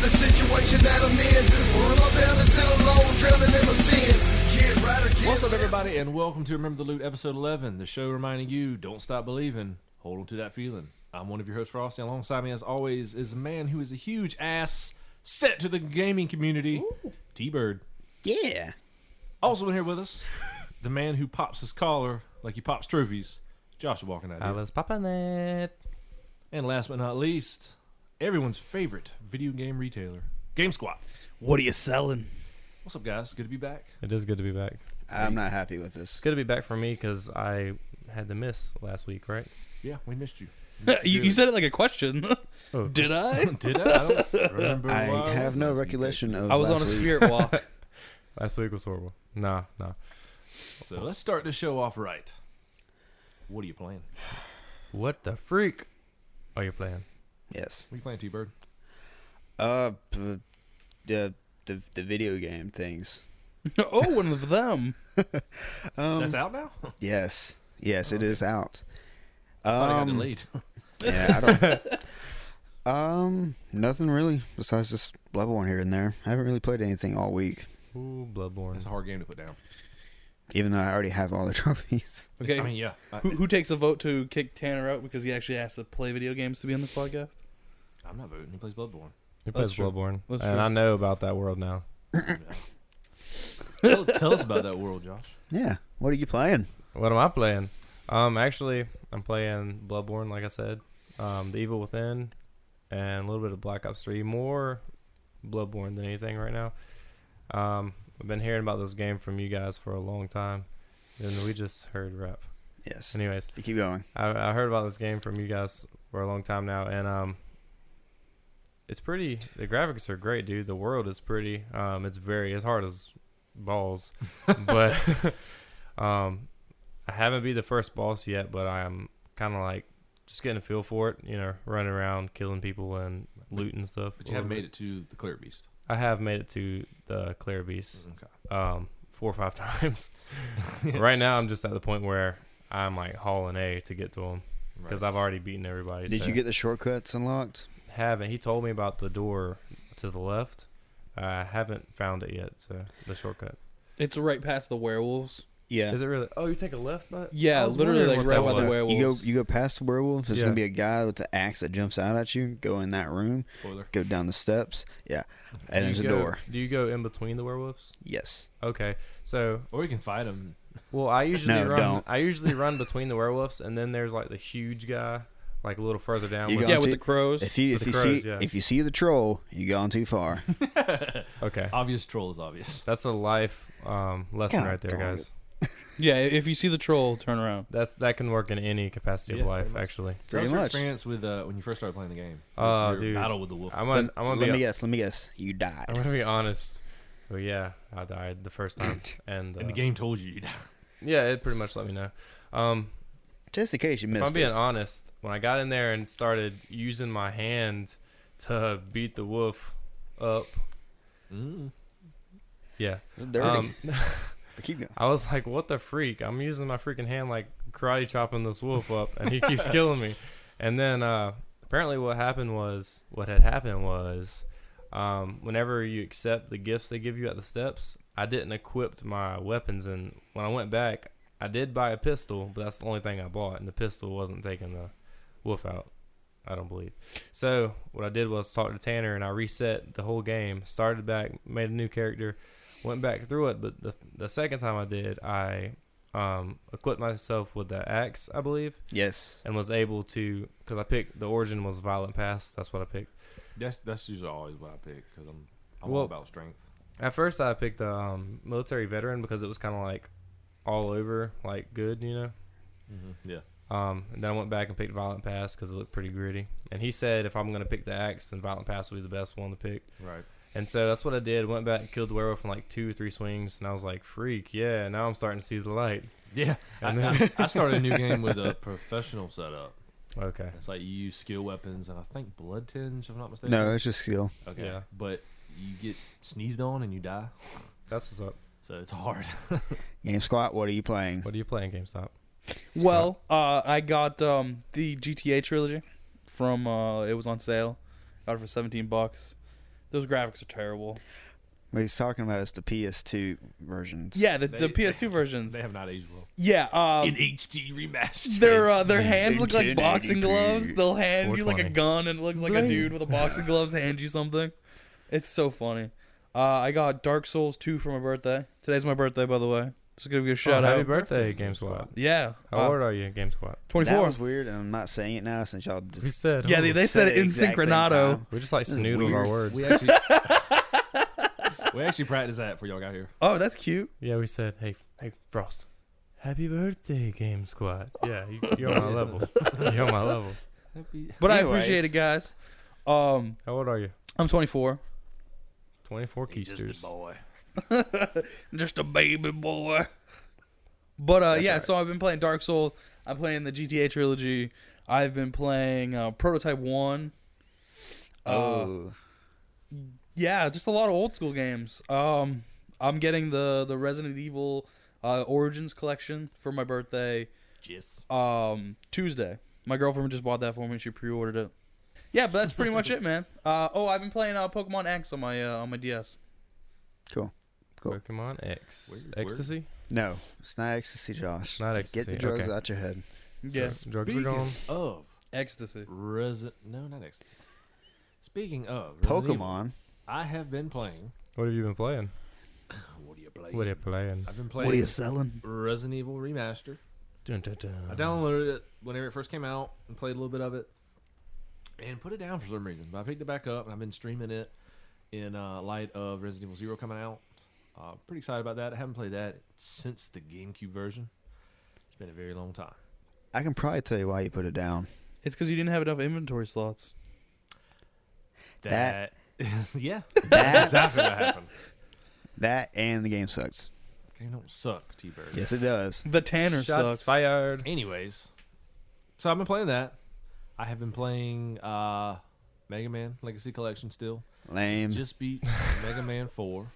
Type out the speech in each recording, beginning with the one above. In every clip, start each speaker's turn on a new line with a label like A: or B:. A: situation that I'm in. Pulling my balance and alone, drowning in my sins. Kid Rider, kid
B: What's up, everybody, and welcome to Remember the Loot, episode 11, the show reminding you don't stop believing, hold on to that feeling. I'm one of your hosts, Frosty. and Alongside me, as always, is a man who is a huge ass set to the gaming community, T Bird.
C: Yeah.
B: Also in here with us, the man who pops his collar like he pops trophies, Joshua Walking
D: I
B: Out.
D: was popping it.
B: And last but not least, everyone's favorite video game retailer, Game Squad.
E: What are you selling?
B: What's up, guys? Good to be back.
D: It is good to be back.
C: I'm not happy with this.
D: It's good to be back for me because I had the miss last week, right?
B: Yeah, we missed you.
E: you, you said it like a question.
D: Oh.
E: Did I?
B: Did I? I don't remember.
C: I
B: why I
C: have
B: was
C: no
B: last week.
C: recollection of
E: I was
C: last
E: on a
C: week.
E: spirit walk.
D: Last week was horrible. Nah, nah.
B: So let's start the show off right. What are you playing?
D: What the freak are you playing?
C: Yes.
B: What are you playing, T Bird?
C: Uh, p- the, the the video game things.
E: oh, one of them.
B: That's out now?
C: Yes. Yes, it is out.
B: I got
C: Um,
B: delayed.
C: yeah, I don't. um, nothing really besides just level one here and there. I haven't really played anything all week,
D: Ooh,
B: It's
D: Bloodborne.
B: a hard game to put down.
C: even though I already have all the trophies.
E: Okay.
B: I mean, yeah. I,
E: who, who takes a vote to kick Tanner out because he actually has to play video games to be on this podcast?
B: I'm not voting. He plays Bloodborne.
D: He plays
E: true.
D: Bloodborne. And
E: That's true.
D: I know about that world now.
B: tell, tell us about that world, Josh.
C: Yeah. What are you playing?
D: What am I playing? Um, actually, I'm playing Bloodborne, like I said. Um, The Evil Within, and a little bit of Black Ops Three. More Bloodborne than anything right now. Um, I've been hearing about this game from you guys for a long time, and we just heard rap.
C: Yes.
D: Anyways,
C: You keep going.
D: I, I heard about this game from you guys for a long time now, and um, it's pretty. The graphics are great, dude. The world is pretty. Um, it's very as hard as balls, but um, I haven't beat the first boss yet, but I'm kind of like just getting a feel for it. You know, running around, killing people, and looting stuff.
B: But you have made it to the Clear Beast.
D: I have made it to the Claire Beast
B: Okay.
D: um, four or five times. right now, I'm just at the point where I'm like hauling a to get to him because I've already beaten everybody.
C: Did
D: so-
C: you get the shortcuts unlocked?
D: Haven't. He told me about the door to the left. I haven't found it yet. So the shortcut.
E: It's right past the werewolves.
C: Yeah.
D: Is it really? Oh, you take a left, but
E: Yeah,
D: I was
E: literally
D: wondering what
E: like
D: that
E: right by the
D: was.
E: werewolves.
C: You go, you go past the werewolf. There's
D: Yeah.
C: gonna be a guy with the axe that jumps out at you. Go in that room.
B: Spoiler.
C: Go down the steps. Yeah, and
D: Do you
C: there's a
D: go-
C: door.
D: Do you go in between the werewolves?
C: Yes.
D: Okay, so
B: Or you can fight him.
D: Well, I usually
C: No,
D: run.
C: don't.
D: I usually run between the werewolves, and then there's like the huge guy, like a little further down.
C: You
D: with-
C: go-
E: yeah, with the
C: T-
E: crows.
C: If you
D: With
C: if
D: the
C: you
D: crows,
C: see
D: yeah.
C: if you see the troll, you gone too far.
D: okay,
B: Obvious troll is obvious.
D: that's a life um, lesson
C: God
D: right there,
C: dog.
D: guys.
E: yeah, if you see the troll, turn around.
D: That's that can work in any capacity
B: Yeah,
D: of life,
B: pretty much. Uh,
D: actually.
B: That
C: Pretty
B: was your
C: much.
B: experience with uh, when you first started playing the game.
D: Oh,
B: Your
D: dude.
B: Battle with the wolf.
D: I'm gonna, I'm gonna
C: let
D: be,
C: me guess. Let me guess. You died.
D: I'm gonna be honest. Well, yeah, I died the first time, and, uh,
B: and the game told you. you'd-
D: Yeah, it pretty much let me know. Um,
C: Just in case you
D: if I'm
C: missed
D: being
C: it.
D: honest, when I got in there and started using my hand to beat the wolf up,
B: Mm.
D: yeah,
C: It's dirty.
D: Um,
C: But keep going.
D: I was like, "What the freak? I'm using my freaking hand like karate chopping this wolf up, and he keeps killing me." And then uh, apparently, what happened was, what had happened was, um, whenever you accept the gifts they give you at the steps, I didn't equip my weapons, and when I went back, I did buy a pistol, but that's the only thing I bought, and the pistol wasn't taking the wolf out. I don't believe. So what I did was talk to Tanner, and I reset the whole game, started back, made a new character, went back through it. But the the second time I did, I um, equipped myself with the axe, I believe,
C: Yes.
D: and was able to because I picked the origin was violent past. That's what I picked.
B: That's that's usually always what I pick because I'm I'm all
D: Well-
B: about strength.
D: At first, I picked the um, military veteran because it was kind of like all over, like good, you know.
B: Mm-hmm. Yeah.
D: Um, and then I went back and picked Violent Pass because it looked pretty gritty. And he said if I'm going to pick the axe, then Violent Pass will be the best one to pick.
B: Right.
D: And so that's what I did. Went back, killed the werewolf in like two or three swings, and I was like, "Freak, yeah!" Now I'm starting to see the light.
B: Yeah.
D: And
B: I, I, I started a new game with a professional setup.
D: Okay.
B: It's like you use skill weapons and I think blood tinge, if I'm not mistaken.
C: No, it's just skill.
B: Okay.
D: Yeah.
B: But you get sneezed on and you die.
D: That's what's up.
B: So it's hard.
C: Game squat. What are you playing?
D: What are you playing, GameStop?
E: Well, uh, I got um, the GTA trilogy from uh, it was on sale. Got it for seventeen bucks. Those graphics are terrible.
C: What he's talking about is the PS2 versions.
E: Yeah, the,
B: They-
E: the PS2 versions.
B: They have not aged well.
E: yeah, um,
B: HD remastered.
E: their uh, their hands look like
C: 1080p.
E: boxing gloves. They'll hand you like
D: 420.
E: a gun, and it looks like a
D: Blazing.
E: dude with a boxing gloves hand you something. It's so funny. Uh, I got Dark Souls 2 for my birthday. Today's my birthday, by the way. Just give you a shout
D: oh,
E: out.
D: Happy birthday, Game Squad.
E: yeah,
D: How
E: uh,
D: old are you, Game Squad?
C: That
E: 24.
C: was weird, and I'm not saying it now since y'all
D: We
C: just
D: said.
E: yeah,
D: oh,
E: they, they
C: said
E: said it
C: the
E: in
C: exact same
E: synchronato.
C: time.
D: we just like
C: This is
D: snoodled our
C: weird.
D: words.
B: We actually, we actually practiced that for y'all got here.
E: Oh, that's cute.
D: yeah, we said, hey, hey, Frost. Happy birthday, Game Squad. Yeah, you, you're on my level. You're on my level.
E: But I
C: Anyways.
E: appreciate it, guys. Um,
D: How old are you?
E: I'm 24.
D: 24 keisters.
B: boy.
E: Just a baby boy. But uh,
C: That's
E: yeah,
C: right.
E: so I've been playing Dark Souls. I'm playing the GTA trilogy. I've been playing uh, Prototype One. Uh,
C: oh
E: yeah, just a lot of old school games. Um, I'm getting the the Resident Evil uh, Origins collection for my birthday
B: Jis.
E: um, Tuesday. My girlfriend just bought that for me. She pre-ordered it. Yeah, but that's pretty much it, man. Uh, oh, I've been playing uh, Pokemon X on my uh, on my DS.
C: cool. Cool.
D: Pokemon X.
B: Weird,
D: Ecstasy?
C: No, it's not ecstasy, Josh.
D: Not
C: Get
D: ecstasy,
C: the drugs
D: okay.
C: out your head.
E: Yeah,
D: Drugs are gone.
B: Of
E: ecstasy.
B: Resident. No, not next. Speaking of Resident Evil,
C: Pokemon.
B: I have been playing.
D: What have you been playing?
B: What do you play?
D: What are you playing?
B: I've been playing
E: selling?
B: Resident Evil Remaster.
D: Dun, dun, dun.
C: Uh-huh.
B: I downloaded it whenever it first came out and played a little bit of it, and put it down for some reason. But I picked it back up and I've been streaming it in uh, light of Resident Evil Zero coming out. Uh, pretty excited about that. I haven't played that since the GameCube version. It's been a very long time.
C: I can probably tell you why you put it down.
E: It's because you didn't have enough inventory slots.
B: That
C: That-
B: is, yeah,
C: That,
B: exactly what happened.
C: that and the game sucks.
B: Game don't suck, T Bird.
C: Yes, it does.
E: The Tanner
D: Shots
E: sucks.
D: fired.
B: Anyways, so I've been playing that. I have been playing uh, Mega Man Legacy Collection still.
C: Lame.
B: Just beat Mega Man 4.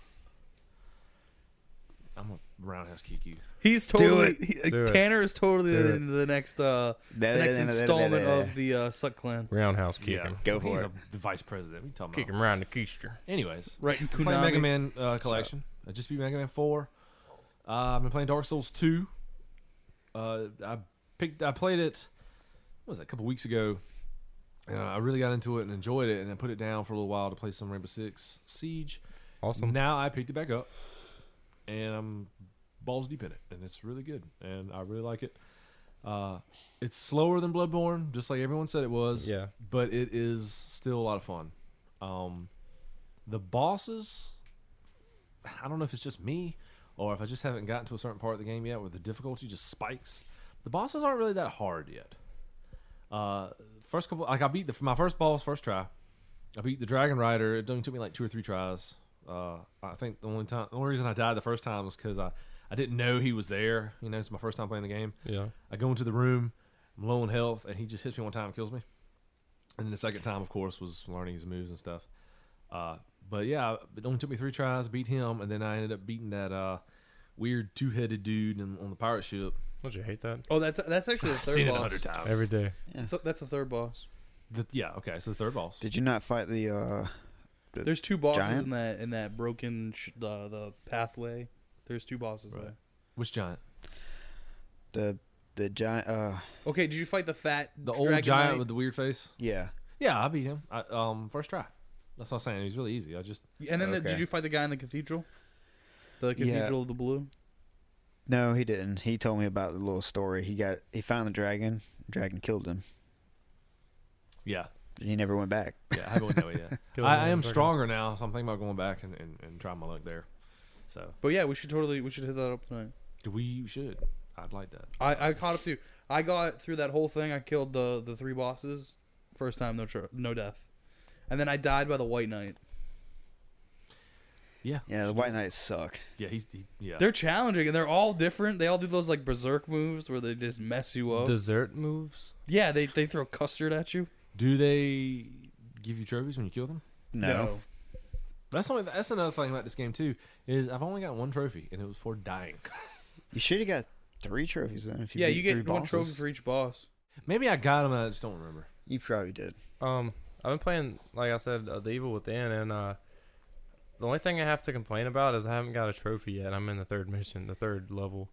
B: I'm a roundhouse kick you.
E: He's
C: Do
E: totally
C: it.
E: he-
D: Do it.
E: Tanner is totally
D: Do
E: the, the next uh
C: Da-
E: the
C: da-
E: next
C: da- da- da-
E: installment
C: da- da- da.
E: of the uh, Suck Clan.
D: Roundhouse kick him.
C: Go
B: He's
C: for it.
B: a- the vice president. We talking
D: Kick
B: about.
D: him around the keister.
B: Anyways,
E: Right in
B: I'm playing
E: Konami.
B: Mega Man uh, Collection. I just beat Mega Man 4. Uh, I've been playing Dark Souls 2. Uh, I picked. I played it. What was that? A couple weeks ago. And I really got into it and enjoyed it, and I put it down for a little while to play some Rainbow Six Siege.
D: Awesome.
B: Now I picked it back up, and I'm balls deep in it, and it's really good, and I really like it. Uh, it's slower than Bloodborne, just like everyone said it was.
D: Yeah.
B: but it is still a lot of fun. Um, the bosses, I don't know if it's just me or if I just haven't gotten to a certain part of the game yet where the difficulty just spikes. The bosses aren't really that hard yet. Uh, first couple, like I beat the my first boss first try. I beat the Dragon Rider. It only took me like two or three tries. Uh, I think the only time, the only reason I died the first time was because I, I didn't know he was there. You know, it's my first time playing the game.
D: Yeah.
B: I go into the room, I'm low on health, and he just hits me one time and kills me. And then the second time, of course, was learning his moves and stuff. Uh, but yeah, it only took me three tries, beat him, and then I ended up beating that uh, weird two headed dude in, on the pirate ship.
D: Don't you hate that?
E: Oh, that's that's actually the
B: I've
E: third
B: seen it a
E: boss.
B: hundred times.
D: Every day.
E: So- that's the third boss.
B: The- yeah, okay, so the third boss.
C: Did you not fight the? uh
E: There's two bosses
C: Giant?
E: in that in that broken sh- the the pathway. There's two bosses
B: Right.
E: there.
B: Which giant?
C: the the giant? Uh,
E: Okay, did you fight the fat
B: The
E: dragon
B: old giant
E: knight?
B: with the weird face?
C: yeah.
B: Yeah, I beat him. I, um, first try. That's what I'm saying. He was really easy. I just
E: And then the,
C: Okay.
E: did you fight the guy in the cathedral? The
C: Yeah.
E: cathedral of the blue.
C: No, he didn't. He told me about the little story. He got he found the dragon. Dragon killed him.
B: yeah,
C: And he never went back.
B: yeah. I haven't know it yet.
D: Kill him
B: I, I
D: with
B: am
D: dragons.
B: stronger now, so I'm thinking about going back and, and, and trying my luck there. So
E: But yeah, we should totally we should hit that up tonight.
B: we should. I'd like that.
E: I, I caught up to. I got through that whole thing. I killed the the three bosses. First time, no tr- no death, and then I died by the White Knight.
B: Yeah.
C: Yeah, the White Knights suck.
B: Yeah, he's he, yeah.
E: They're challenging and they're all different. They all do those like berserk moves where they just mess you up.
D: Dessert moves?
E: yeah, they they throw custard at you.
B: Do they give you trophies when you kill them?
C: No.
B: That's only that's another thing about this game too is I've only got one trophy and it was for dying.
C: You should have got three trophies then. If you
E: yeah,
C: beat
E: you
C: three
E: get one
C: bosses.
E: trophy for each boss.
B: Maybe I got them and I just don't remember.
C: You probably did.
D: Um, I've been playing, like I said, uh, The Evil Within, and uh, The only thing I have to complain about is I haven't got a trophy yet. I'm in the third mission, the third level,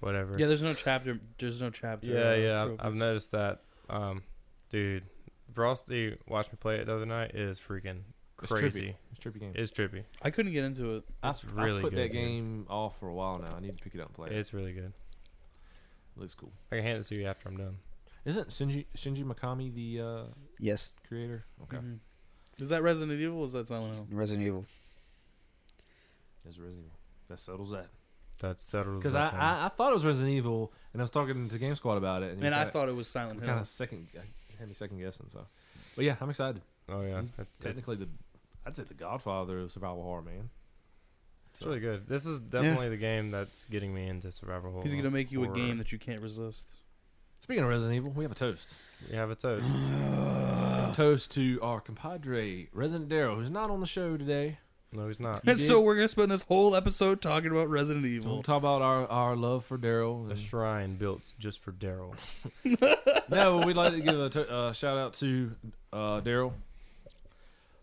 D: whatever.
E: Yeah, there's no chapter. There's no chapter.
D: Yeah,
E: uh,
D: yeah, I've-
E: trophies.
D: I've noticed that. Um, dude, Frosty watched me play it the other night. It is freaking
B: It's trippy.
D: crazy.
B: It's a trippy game.
D: It's trippy.
E: I couldn't get into it.
D: It's
B: I've,
D: really
B: I've put
D: good,
B: that
D: dude.
B: game off for a while now. I need to pick it up and play it.
D: It's really good.
B: looks cool.
D: I can hand it to you after I'm done.
B: Isn't Shinji Shinji Mikami the uh,
C: Yes,
B: creator? Okay,
D: Mm-hmm.
E: Mhm. Is that Resident Evil? or Is that Silent Hill?
C: Resident Evil.
B: that's Resident Evil. That settles that.
D: That settles.
B: Because
D: that
B: I,
D: one.
B: I, I thought it was Resident Evil, and I was talking to Game Squad about it, and,
E: And I
B: kinda,
E: thought it was Silent Hill.
B: kind of second had me second guessing. So, but yeah, I'm excited.
D: oh
E: Mm-hmm.
D: yeah,
B: He's
D: It- it's,
B: Technically, the I'd say the Godfather of survival horror, man.
D: it's really good. This is definitely the game that's getting me into survival horror.
E: He's gonna make you a
D: horror.
E: game that you can't resist.
B: Speaking of Resident Evil, we have a toast.
D: You have a toast.
B: toast to our compadre Resident Darrow, who's not on the show today.
D: No, he's not.
E: And
B: did?
E: so we're gonna spend this whole episode talking about Resident
B: So we'll
E: Evil.
B: talk about our, our love for Darrow.
D: A
E: Mm.
D: shrine built just for Daryl.
B: no, but we'd like to give a to- uh, shout out to uh, Daryl.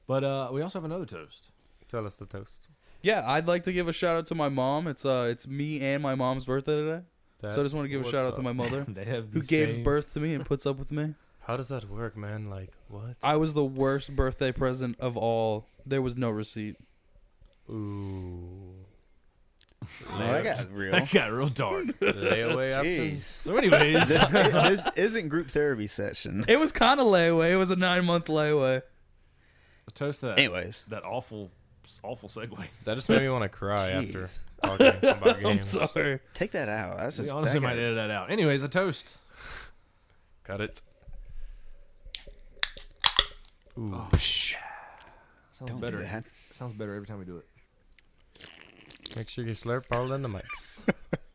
B: But uh, we also have another toast.
D: Tell us the toast.
E: Yeah, I'd like to give a shout out to my mom. It's uh, it's me and my mom's birthday today. so I just
D: That's
E: want to give a
D: what's
E: shout out to
D: up.
E: my mother,
B: They have
E: who
B: the
E: gave
B: same-
E: birth to me and puts up with me.
D: How does that work, man? Like what?
E: I was the worst birthday present of all. There was no receipt.
D: Ooh.
C: Oh, that got real.
B: That got real dark.
D: Layaway options.
C: Jeez.
B: so, anyways,
C: This, i- this isn't group therapy session.
E: It was kind of layaway. It was a nine month layaway.
B: toast to that.
C: Anyways,
B: that awful, awful segue.
D: That just made me want to cry after
C: Jeez.
D: talking about games.
E: I'm sorry.
C: take that out. That's
B: We
C: just
B: honestly
C: that
B: might
C: got-
B: edit that out. Anyways, a toast.
D: Cut it. Ooh.
B: Sounds
C: Don't
B: better.
C: do that.
B: Sounds better every time we do it.
D: Make sure you slurp all in the mics.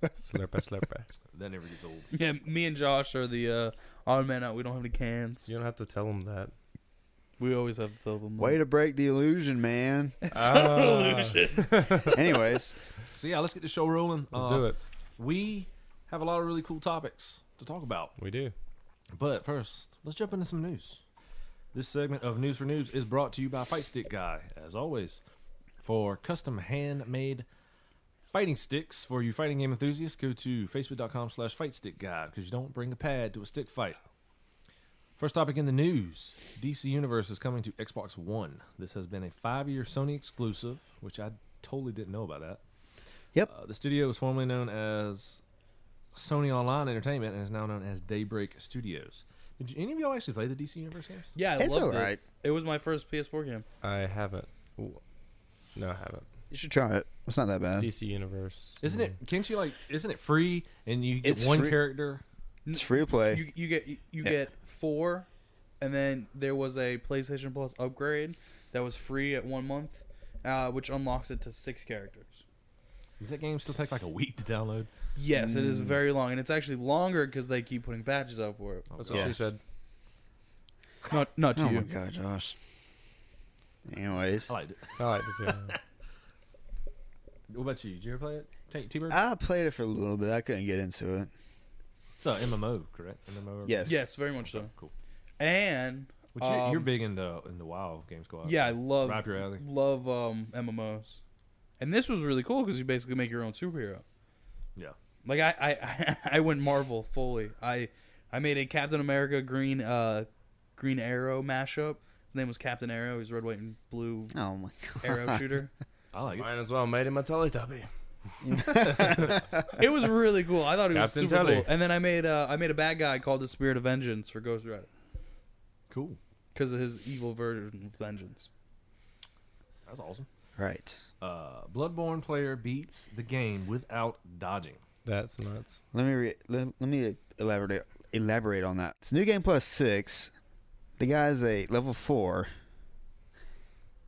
D: slurpa, slurpa.
B: That never gets old.
E: Yeah, me and Josh are the uh, odd man out. We don't have any cans.
D: You don't have to tell them that.
E: We always have to fill them.
C: Way to break the illusion, man.
D: Ah.
C: Anyways,
B: So yeah, let's get the show rolling. Uh,
D: Let's do it.
B: We have a lot of really cool topics to talk about.
D: We do.
B: But first, let's jump into some news. This segment of News for News is brought to you by Fight Stick Guy, as always, for custom handmade fighting sticks for you fighting game enthusiasts. Go to facebook.com slash fight stick guy because you don't bring a pad to a stick fight. First topic in the news DC Universe is coming to Xbox One. This has been a five year Sony exclusive, which I totally didn't know about that.
C: Yep.
B: Uh, the studio was formerly known as Sony Online Entertainment and is now known as Daybreak Studios. Did you, any of y'all actually play the DC Universe games?
E: Yeah, I
C: it's
E: loved
C: all right.
E: it. It was my first PS4 game.
D: I haven't. Ooh. No, I haven't.
C: You should try it. It's not that bad.
D: DC Universe.
B: Isn't it? Can't you like? Isn't it free? And you get
C: Mm. It's
B: one
C: free.
B: character.
C: It's free to play.
E: You you get you, you
C: Yeah.
E: get four, and then there was a PlayStation Plus upgrade that was free at one month, uh, which unlocks it to six characters.
B: Does that game still take like a week to download?
E: Yes, it is
C: Mm.
E: very long, and it's actually longer because they keep putting patches out for it.
D: That's what
C: Yeah.
D: she said.
E: Not not to
C: oh
E: you.
C: my god, Josh. Anyways,
B: I liked it.
D: I like the two.
B: What about you? Did you ever play it? T- T-Bird?
C: I played it for a little bit. I couldn't get into it.
B: it's a MMO, correct? MMO.
C: Yes.
E: Yes, very much so.
B: Cool.
E: And
B: Which you, you're
E: Um,
B: big into in the WoW game squad.
E: yeah, I love
B: Rob, your alley.
E: love um, MMOs, and this was really cool because you basically make your own superhero.
B: Yeah.
E: Like I, I, I went Marvel fully. I, I made a Captain America Green, uh, Green Arrow mashup. His name was Captain Arrow. He's red, white, and blue
C: Oh my
E: arrow shooter.
B: I like it.
D: Mine as well. Made him a Teletubby.
E: It was really cool. I thought it was
D: Captain
E: super
D: Telly.
E: cool. And then I made, uh, I made a bad guy called the Spirit of Vengeance for Ghost Rider
B: Cool.
E: because of his evil version of vengeance.
B: That's awesome.
C: Right.
B: Uh, Bloodborne player beats the game without dodging.
D: That's nuts.
C: Let me re- let, let me elaborate elaborate on that. It's New Game Plus six. The guy's a level four.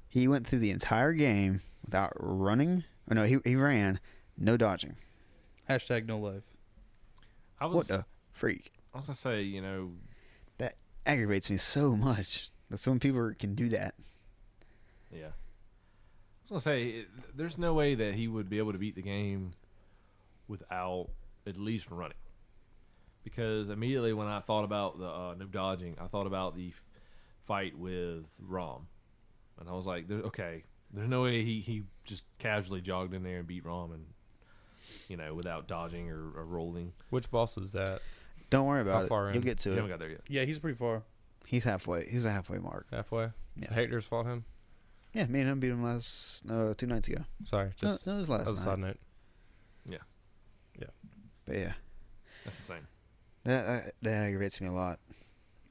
C: He went through the entire game without running. Oh no, he he ran, no dodging.
E: Hashtag no life.
B: I was.
C: What the freak?
B: I was gonna say, you know,
C: That aggravates me so much. That's when people can do that.
B: Yeah. I was going to say, it- there's no way that he would be able to beat the game without at least running. Because immediately when I thought about the uh, no dodging, I thought about the f- fight with Rom. And I was like, there- okay, There's no way he, he just casually jogged in there and beat Rom and you know without dodging or, or rolling.
D: Which boss is that?
C: Don't worry about
D: How
C: it.
D: far in?
C: You'll get to
B: We haven't
C: it.
B: got there yet.
E: Yeah, he's pretty far.
C: He's halfway. He's a halfway mark.
D: Halfway.
C: Yeah.
D: Hector's fought him.
C: Yeah, me and him beat him last no two nights ago.
D: Sorry,
C: No,
D: just
C: no, it was
D: as a
C: last night.
D: side note.
C: But yeah,
B: That's the same.
C: that, that that aggravates me a lot.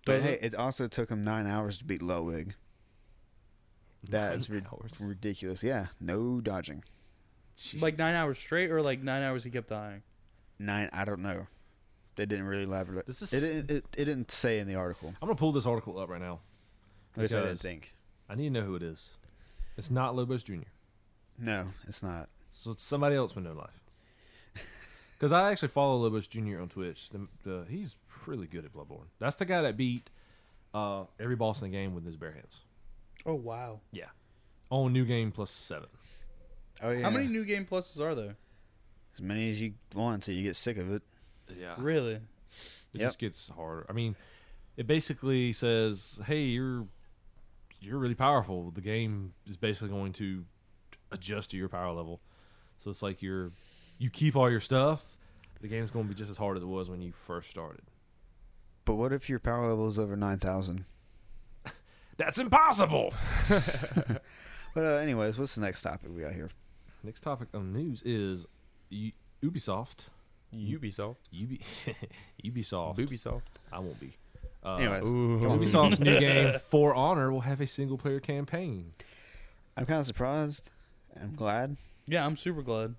C: But
E: Does
C: hey,
E: it?
C: it also took him nine hours to beat Lowig. That
B: Nine
C: is rid-
B: hours.
C: ridiculous. Yeah, no dodging.
E: Like nine hours straight, or like nine hours he kept dying.
C: Nine. I don't know. They didn't really elaborate.
B: This is-
C: it, didn't, it, it didn't say in the article,
B: I'm gonna pull this article up right now.
C: which I didn't
B: Because-
C: think.
B: I need to know who it is. It's not Lobos Jr.
C: No, it's not.
B: So it's somebody else with no life. Because I actually follow Lobos Jr. on Twitch. The, the, he's really good at Bloodborne. That's the guy that beat uh, every boss in the game with his bare hands.
E: Oh wow!
B: Yeah. On new game plus seven.
C: Oh yeah.
E: How many new game pluses are there?
C: As many as you want, so you get sick of it.
D: Ah.
B: Yeah.
E: Really?
B: It
C: Yep.
B: just gets harder. I mean, it basically says, "Hey, you're you're really powerful. The game is basically going to adjust to your power level. So it's like you're you keep all your stuff. The game's going to be just as hard as it was when you first started.
C: But what if your power level is over nine thousand?
B: That's impossible."
C: But uh, anyways, what's the next topic we got here?
B: Next topic on news is U- Ubisoft.
D: Ubisoft.
B: Ubi- Ubisoft.
D: Mm. Ubisoft.
B: I won't be. Uh,
C: Anyways,
D: Ooh.
C: Come on.
B: Ubisoft's new game For Honor will have a single player campaign.
C: I'm kind of surprised. and I'm glad
E: Yeah, I'm super glad.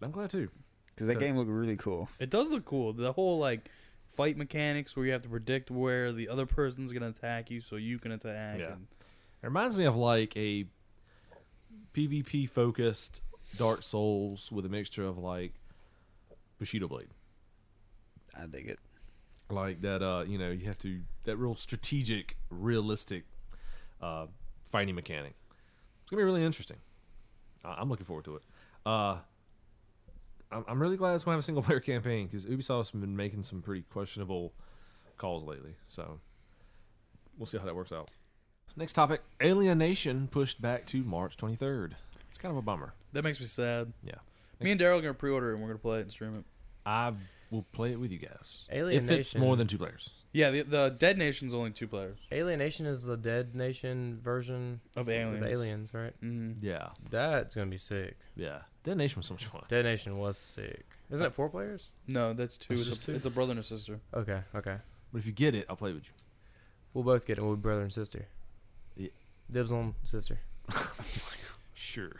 B: I'm glad too.
C: because that
B: Sure.
C: game looked really cool.
E: It does look cool. The whole like fight mechanics where you have to predict where the other person's gonna attack you, so you can attack.
B: Yeah.
E: and-
B: It reminds me of like a PvP focused Dark Souls with a mixture of like Bushido Blade.
C: I dig it.
B: Like that uh, you know, you have to that real strategic, realistic uh fighting mechanic. It's gonna be really interesting. I- I'm looking forward to it. Uh I'm, I'm really glad it's gonna have a single player campaign because Ubisoft's been making some pretty questionable calls lately. So we'll see how that works out. Next topic: Alienation pushed back to March 23rd. It's kind of a bummer.
E: That makes me sad.
B: Yeah.
E: Me and Daryl are gonna pre-order it and we're gonna play it and stream it.
B: I will play it with you guys. If it's
D: Alienation.
B: more than two players,
E: Yeah, the, the Dead Nation's only two players
D: Alienation is the Dead Nation version
E: of
D: of
E: aliens.
D: the aliens, right?
E: Mhm.
B: yeah,
D: That's gonna be sick.
B: yeah. Detonation was so much fun.
D: Dead Nation was sick. Isn't it four players?
E: No, that's two.
D: It's
E: It's,
D: just
E: a,
D: two?
E: it's a brother and a sister.
D: Okay, okay.
B: But if you get it, I'll play with you.
D: We'll both get it. We'll be brother and sister.
B: Yeah.
D: Dibs on sister.
B: Sure.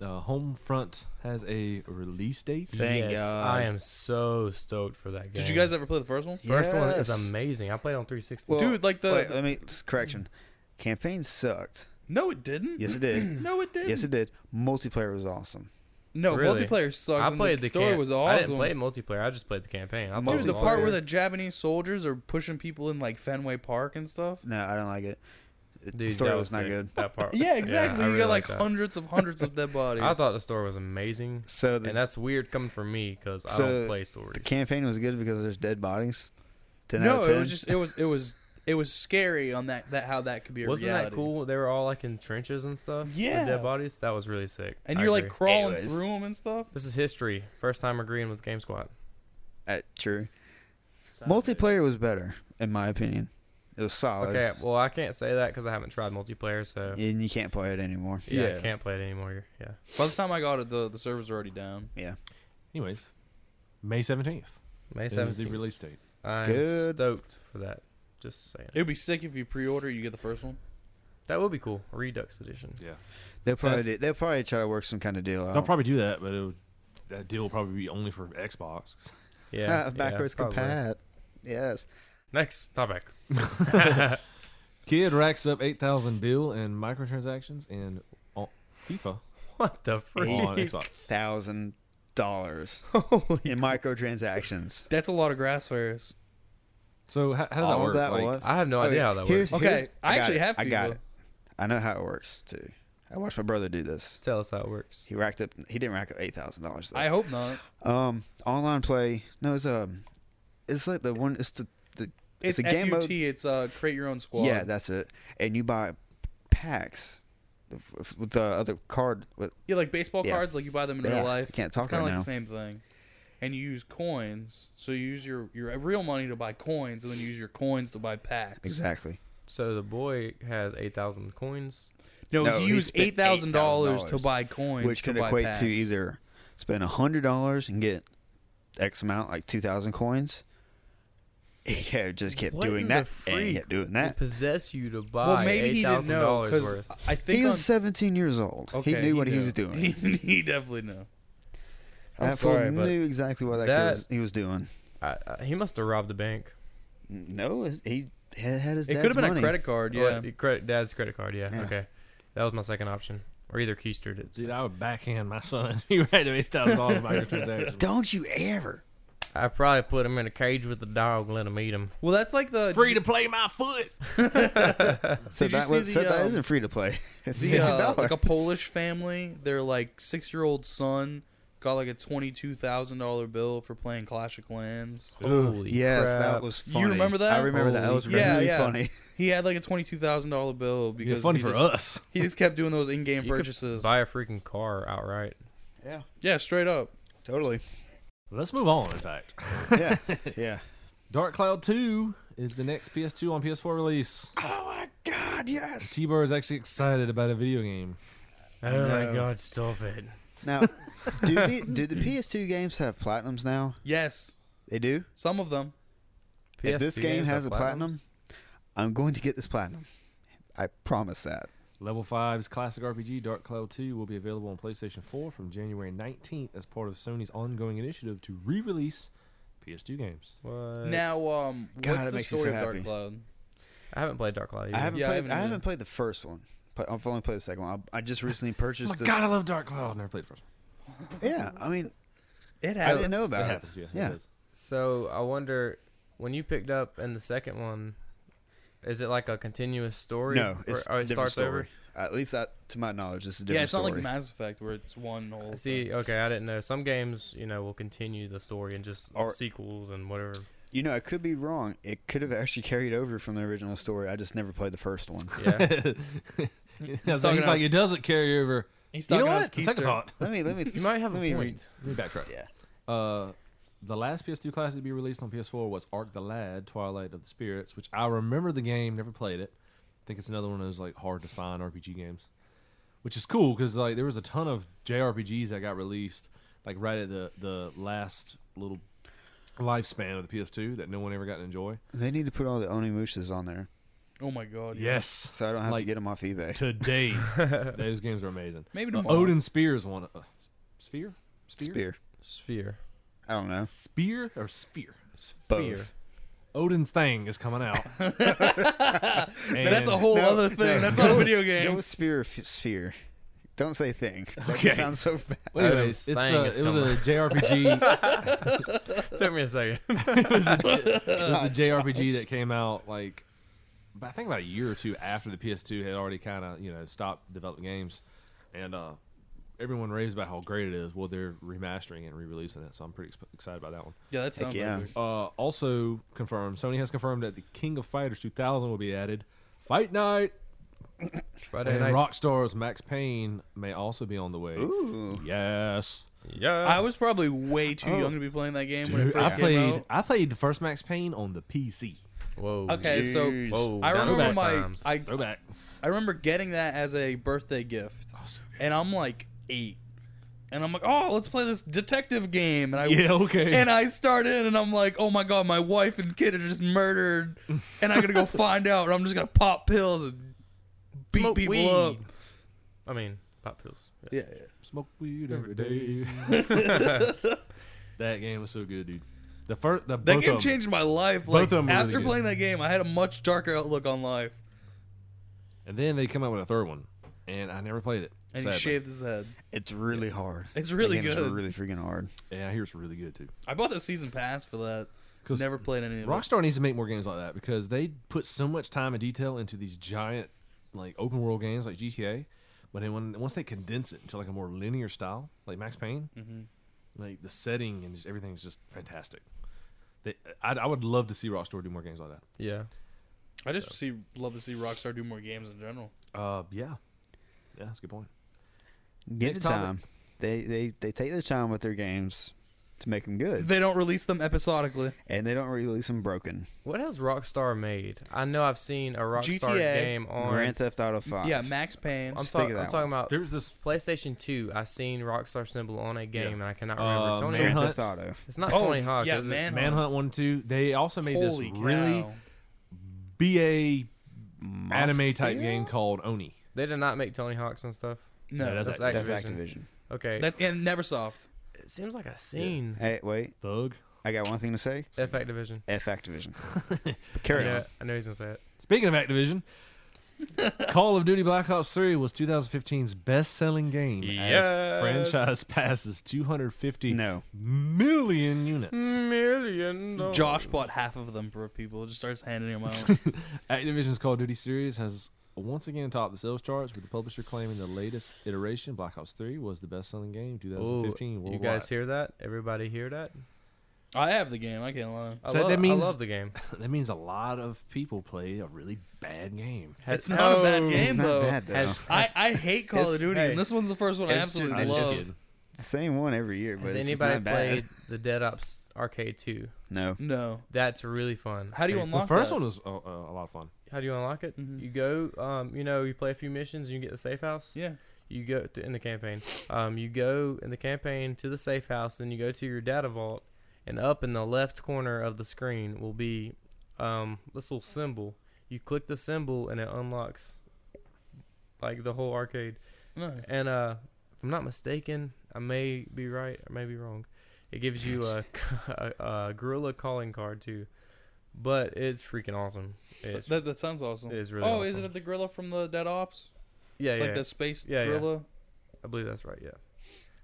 B: uh, Homefront has a release date.
C: Thank
D: yes,
C: God.
D: I am so stoked for that game.
E: Did you guys ever play the first one?
D: First one is
C: Yes.
D: amazing. I played on 360.
C: Well,
E: Dude, like the-
C: wait, let me s- correction. Campaign sucked.
E: No, it didn't.
C: Yes, it did.
E: No, it didn't.
C: yes, it did. Multiplayer was awesome.
E: no,
D: Really?
E: multiplayer sucked.
D: I
E: and
D: played the,
E: the story
D: cam-
E: was
D: I
E: awesome.
D: didn't play multiplayer. I just played the campaign. I
C: Multiplayer.
E: Dude,
D: played
E: the
D: all
E: part
D: of
E: where
D: it.
E: the Japanese soldiers are pushing people in like Fenway Park and stuff.
C: No, I don't like it. It- The
D: Dude,
C: story
D: that
C: was not
D: sick.
C: good.
D: That part.
E: Yeah, exactly.
D: I
E: you
D: really
E: got like
D: liked that.
E: hundreds of hundreds of dead bodies.
D: I thought the story was amazing,
C: So
D: and
C: the,
D: that's weird coming from me because I
C: So,
D: don't play stories.
C: the campaign was good because there's dead bodies. 10 out
E: no,
C: of 10.
E: it was just it was it was it was scary on that that how that could be a
D: Wasn't
E: reality.
D: that cool? They were all like in trenches and stuff. with
E: Yeah.
D: dead bodies. That was really sick.
E: And
D: I
E: you're like
D: agree.
E: crawling
C: Anyways.
E: through them and stuff.
D: this is history. First time agreeing with Game Squad.
C: Uh, true. Multiplayer was better, in my opinion. It was solid.
D: Okay, well I can't say that because I haven't tried multiplayer, so yeah,
C: And you can't play it anymore.
D: I
E: Yeah.
D: can't play it anymore. Yeah,
E: By the time I got it, the the servers were already down.
C: Yeah.
B: Anyways, May 17th
D: May
B: is the
D: seventeenth.
B: release date.
D: I'm
C: Good.
D: stoked for that. Just saying,
E: It would be sick if you pre-order, you get the first one.
D: that would be cool. Redux edition.
B: Yeah,
C: They'll probably
D: That's-
C: do- they'll probably try to work some kind of deal out.
B: they'll probably do that, but it would, that deal will probably be only for Xbox.
D: Yeah,
C: Ah,
D: yeah,
C: backwards
D: probably.
C: compat. Yes.
D: Next topic.
B: Kid racks up 8,000 bill in microtransactions and on FIFA
D: What the
B: on
D: freak?
B: Xbox.
C: Thousand dollars
D: Holy
C: in microtransactions.
E: That's a lot of grass fairs.
B: So how, how does that
C: All
B: work?
C: that
B: Like,
C: was.
D: I have no
C: Okay,
D: idea how that
C: Oh, here's-
D: works.
E: Okay,
C: here's-
E: I,
C: got
E: actually
C: it.
E: have FIFA.
C: I got it. I know how it works too. I watched my brother do this.
D: Tell us how it works.
C: He racked up. He didn't rack up eight thousand dollars
E: I
C: though.
E: hope not.
C: um, online play. No, it's um, it's like the one. It's the the.
E: It's,
C: a game
E: FUT.
C: mode.
E: It's uh, create your own squad.
C: Yeah, that's it. And you buy packs of- with the other card. With,
E: Yeah, like baseball
C: Yeah.
E: cards, like you buy them in
C: Yeah,
E: real life.
C: I can't talk
E: it's kinda
C: right
E: like
C: now.
E: the same thing. And you use coins, so you use your your uh, real money to buy coins, and then you use your coins to buy packs.
C: exactly.
D: So the boy has eight thousand coins.
E: No,
C: No,
E: he
C: he
E: used
C: spent
E: eight thousand dollars to
C: $8,000,
E: buy coins,
C: Which
E: to
C: can
E: buy
C: equate
E: packs.
C: to either spend hundred dollars and get X amount, like two thousand coins. Yeah, just kept
D: What in
C: doing
D: the
C: that
D: freak
C: and kept doing
D: They
C: that.
D: possess you to buy
E: Well, maybe
D: eight
E: he didn't
D: thousand
E: know
D: dollars
E: because
D: worth.
E: I think
C: He was
E: on-
C: seventeen years old. he
E: okay,
C: knew what he was
E: knew.
C: doing.
E: He, he definitely knew. I'm
C: that fool
E: sorry, but
C: knew exactly what that, kid
D: that-
C: was, he was doing.
D: I, I, he must have robbed a bank.
C: No, his- he had had his
E: it could
C: dad's
E: have been
C: money.
E: a credit card.
D: Or
E: Yeah,
D: the credit, dad's credit card. Yeah.
C: Yeah.
D: Okay, that was my second option, or either keistered it.
B: Dude, I would backhand my son if he ran to eight thousand dollars microtransactions.
C: Don't you ever?
D: I probably put him in a cage with the dog, let him eat him.
E: well, that's like the
B: Free to play my foot.
C: So
E: Did you
C: that
E: see
C: was so
E: the,
C: that
E: um,
C: isn't free to play. It's
E: the, uh,
C: $60.
E: like a Polish family. Their like six year old son got like a twenty two thousand dollar bill for playing Clash of Clans.
D: Holy
C: Yes,
D: crap.
C: that was funny.
E: You remember that?
C: I remember that. That
D: Holy
C: was really
E: crap. Yeah, yeah.
C: funny.
E: He had like a twenty two thousand dollar bill
B: Yeah,
E: because
B: funny
E: he
B: for
E: just,
B: us.
E: He just kept doing those in game
D: You could
E: purchases.
D: Buy a freaking car outright.
C: Yeah,
E: Yeah, straight up.
C: totally.
B: Let's move on. In fact,
C: Yeah, yeah.
B: Dark Cloud Two is the next PS2 on PS4 release.
C: Oh my God, yes.
B: T-Bar is actually excited about a video game.
D: Oh
C: No.
D: my god, stop it!
C: Now, do the do the PS2 games have platinums now?
E: Yes,
C: They do.
E: some of them.
C: If this
D: PS2
C: game
D: games
C: has a
D: have
C: platinum,
D: platinums?
C: I'm going to get this platinum. I promise that.
B: Level 5's classic RPG Dark Cloud 2 will be available on PlayStation 4 from January 19th as part of Sony's ongoing initiative to re-release PS2 games.
D: What?
E: Now, um, what's
C: God, that
E: the
C: makes me
E: story
C: so
E: of Dark
C: happy.
E: Cloud?
D: I haven't played Dark Cloud. Either.
C: I haven't
E: Yeah, I
C: played. I
E: haven't
C: haven't,
E: either.
C: played the first one. But I've only played the second one. I, I just recently purchased.
B: my
C: the,
B: God, I love Dark Cloud. Never played the first one.
C: Yeah, I mean,
E: It
C: I
E: happens.
C: didn't know
B: That
C: about it.
B: happens, Uh, yeah. it
C: Yeah.
B: does.
D: So I wonder when you picked up in the second one, is it like a continuous story?
C: No, it's
D: or, or it
C: different
D: starts
C: story.
D: over.
C: At least, that, to my knowledge, this is a different
E: Yeah, it's not
C: story.
E: like Mass Effect where it's one whole.
D: See,
E: thing.
D: okay, I didn't know. Some games, you know, will continue the story and just
C: Or-
D: sequels and whatever.
C: You know, I could be wrong. It could have actually carried over from the original story. I just never played the first one.
D: Yeah,
B: He's
E: talking
B: like,
E: about his-
B: it doesn't carry over.
E: he's
B: You
E: talking
B: know
E: about
B: what?
E: his
B: Second
E: keister.
B: thought.
C: Let me let me.
D: you might have a
C: let
D: point.
C: me read.
B: Let me backtrack.
C: Yeah.
B: Uh, the last PS2 classic to be released on PS4 was Ark the Lad, Twilight of the Spirits, which I remember the game, never played it. I think it's another one of those like hard to find RPG games, which is cool because like there was a ton of JRPGs that got released like right at the the last little lifespan of the PS2 that no one ever got to enjoy.
C: They need to put all the Onimushas on there,
E: Oh my god. yeah.
B: Yes,
C: so I don't have
B: Like-
C: to get them off eBay.
B: today those games are amazing.
E: Maybe
B: Uh,
E: tomorrow.
B: Odin Spear is one. Uh, sphere,
C: Spear.
D: Sphere,
C: I don't know.
B: spear or spear.
D: Sphere.
C: Both.
B: Odin's thing is coming out.
E: That's a whole
C: No,
E: other thing.
C: no.
E: That's not a video
C: Go
E: game.
C: with spear, or f- sphere. Don't say thing. That
B: Okay.
C: just sounds so bad.
B: Well, anyways,
D: Adam's
B: it's
D: thing
B: uh,
D: is
B: it was
D: coming.
B: a JRPG.
D: Took me a second.
B: it was a, it was a JRPG that came out like, I think about a year or two after the PS2 had already kind of you know stopped developing games, and uh, everyone raves about how great it is. Well, they're remastering it and re-releasing it, so I'm pretty ex- excited about that one.
E: Yeah, that sounds.
C: yeah.
E: Like
B: Uh, also confirmed, Sony has confirmed that the King of Fighters 2000 will be added. Fight Night
D: Friday
B: and
D: night.
B: Rockstar's Max Payne may also be on the way.
C: Ooh.
B: Yes.
D: Yes.
E: I was probably way too
C: Oh.
E: young to be playing that game when it
B: Dude, I
E: first came
B: played
E: out.
B: I played the first Max Payne on the PC.
D: Whoa.
E: Okay, so
C: Jeez.
D: Whoa.
E: I
D: that was
E: remember
D: bad
E: my
D: times.
E: I,
B: Throwback.
E: I remember getting that as a birthday gift, and I'm like eight, and I'm like, oh, let's play this detective game, and I
B: Yeah, okay.
E: and I start in, and I'm like, oh my god, my wife and kid are just murdered, and I gotta go find out, and I'm just gonna pop pills and beat
D: Smoke
E: people
D: weed.
E: up.
D: I mean, pop pills. Yeah.
E: Yeah,
B: smoke weed every day. that game was so good, dude. The first, the
E: that
B: both
E: game
B: of 'em.
E: changed my life.
B: Both
E: Like
B: of them were really
E: after
B: good.
E: playing that game, I had a much darker outlook on life,
B: and then they come out with a third one, and I never played it.
E: and
B: sadly.
E: he shaved his head.
C: It's really hard.
E: It's really
C: That game is
E: good.
C: really freaking hard.
B: And I hear it's really good too.
E: I bought the season pass for that.
B: 'Cause
E: Never played any of it.
B: Rockstar needs to make more games like that because they put so much time and detail into these giant, like open world games like GTA, but then when once they condense it into like a more linear style, like Max Payne, like the setting and just everything is just fantastic. They, I, I would love to see Rockstar do more games like that.
D: Yeah.
E: I just see love to see Rockstar do more games in general.
B: Uh, yeah, yeah, that's a good point.
C: Give
B: Next
C: it
B: topic.
C: time. They, they they take their time with their games to make them good,
E: They don't release them episodically.
C: and they don't release them broken.
D: What has Rockstar made? I know I've seen a Rockstar
E: GTA,
D: game on.
C: Grand Theft Auto Five.
E: Yeah, Max Payne.
D: I'm,
C: Stick
D: talk-
C: it
D: I'm
C: out.
D: talking about
B: There was this.
D: PlayStation 2. I seen Rockstar symbol on a game,
B: Yeah.
D: and I cannot
B: Uh,
D: remember. Tony,
C: Grand
B: Manhunt.
C: Theft Auto.
D: it's not
E: Oh,
D: Tony Hawk,
E: yeah,
D: is it?
E: Manhunt.
B: Manhunt one two. They also made
E: Holy
B: this
E: cow.
B: really BA anime type
C: Mafia?
B: game called Oni.
D: They did not make Tony Hawks and stuff.
E: No,
B: Yeah, that's
E: that's,
D: That's
B: Activision.
C: That's
D: Activision.
C: Activision.
D: Okay,
E: that, and Neversoft.
D: it seems like I've seen
C: Hey, wait.
B: Thug.
C: I got one thing to say.
D: F Activision.
C: F Activision.
D: I
C: Carry
D: know,
C: on.
D: I know he's gonna say it.
B: Speaking of Activision, Call of Duty Black Ops 3 was 2015's best-selling game
D: Yes.
B: as franchise passes 250 million
C: No.
B: units.
D: Mm. Million. dollars.
E: Josh bought half of them for people. Just starts handing him out.
B: Activision's Call of Duty series has once again topped the sales charts, with the publisher claiming the latest iteration, Black Ops 3, was the best-selling game of
D: Ooh,
B: 2015
D: you
B: worldwide.
D: guys hear that? Everybody hear that?
E: I have the game. I can't lie.
D: I,
B: So
D: love,
B: that means-
D: I love the game.
B: that means a lot of people play a really bad game.
E: It's not a bad
D: Oh.
E: game
C: It's not
E: though.
C: bad though.
D: Has,
E: I,
D: has-
E: I hate Call
C: It's-
E: of Duty,
C: hey,
E: and this one's the first one I
C: it's just-
E: absolutely
B: I'm
C: it's
E: love.
B: just kidding.
C: Same one every year, but
D: has
C: it's just
D: anybody
C: not bad.
D: played the Dead Ops Arcade 2?
C: No.
E: No,
D: That's really fun.
E: how do you
B: Hey,
E: unlock
B: the first
E: that?
B: one was uh, uh, a lot of fun.
D: How do you unlock it?
E: Mhm.
D: You go, um, you know, you play a few missions, and you get the safe house.
E: Yeah,
D: You go to, in the campaign. Um, you go in the campaign to the safe house, then you go to your data vault, and up in the left corner of the screen will be um, this little symbol. You click the symbol, and it unlocks like the whole arcade.
E: no.
D: And uh, if I'm not mistaken, I may be right or may be wrong. It gives you a, a, a gorilla calling card too, but it's freaking awesome. It's,
E: that, that sounds awesome.
D: it is really
E: oh, is
D: awesome.
E: it the gorilla from the Dead Ops?
D: yeah, yeah,
E: like the space
D: Yeah, yeah.
E: gorilla.
D: I believe that's right. Yeah,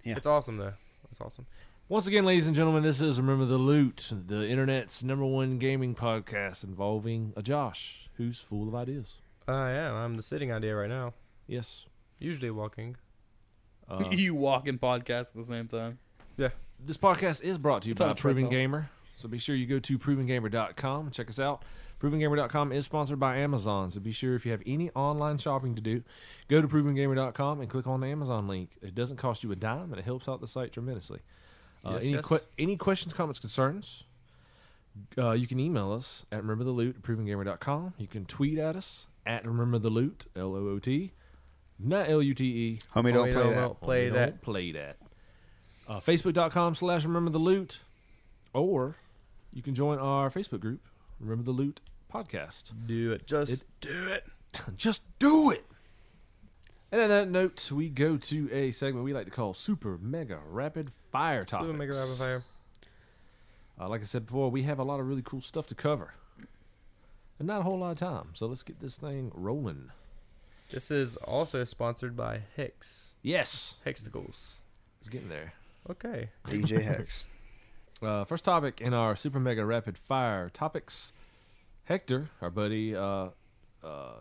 C: Yeah.
D: It's awesome though. It's awesome.
B: Once again, ladies and gentlemen, this is Remember the Loot, the internet's number one gaming podcast involving a Josh who's full of ideas.
D: I am. I'm the sitting idea right now.
B: Yes.
D: Usually walking.
B: Uh,
E: you walk and podcast at the same time.
B: this podcast is brought to you
E: It's on
B: by
E: a
B: Proven
E: treadmill.
B: Gamer. So be sure you go to provengamer.com and check us out. Provengamer.com is sponsored by Amazon. So be sure if you have any online shopping to do, go to provengamer.com and click on the Amazon link. It doesn't cost you a dime and it helps out the site tremendously. Uh,
D: Yes,
B: any,
D: yes.
B: que- any questions, comments, concerns, uh, you can email us at remember the loot at provengamer.com. You can tweet at us at remember the loot, L O O T, not L U T E.
C: Homie, don't play
D: Homie, don't-
C: that.
D: don't play
B: Only
D: that.
B: don't Play that. Uh, Facebook.com slash remember the loot. Or you can join our Facebook group, Remember the Loot Podcast.
D: Do it. Just
B: It- do it. Just do it. And on that note, we go to a segment we like to call Super Mega Rapid Fire
D: super
B: Topics.
D: mega rapid fire.
B: Uh, like I said before, we have a lot of really cool stuff to cover. And not a whole lot of time. So let's get this thing rolling.
D: This is also sponsored by Hex
B: Yes.
D: Hextagles.
B: It's getting there.
D: Okay.
C: DJ Hex.
B: Uh, first topic in our super mega rapid fire topics. Hector, our buddy, uh, uh,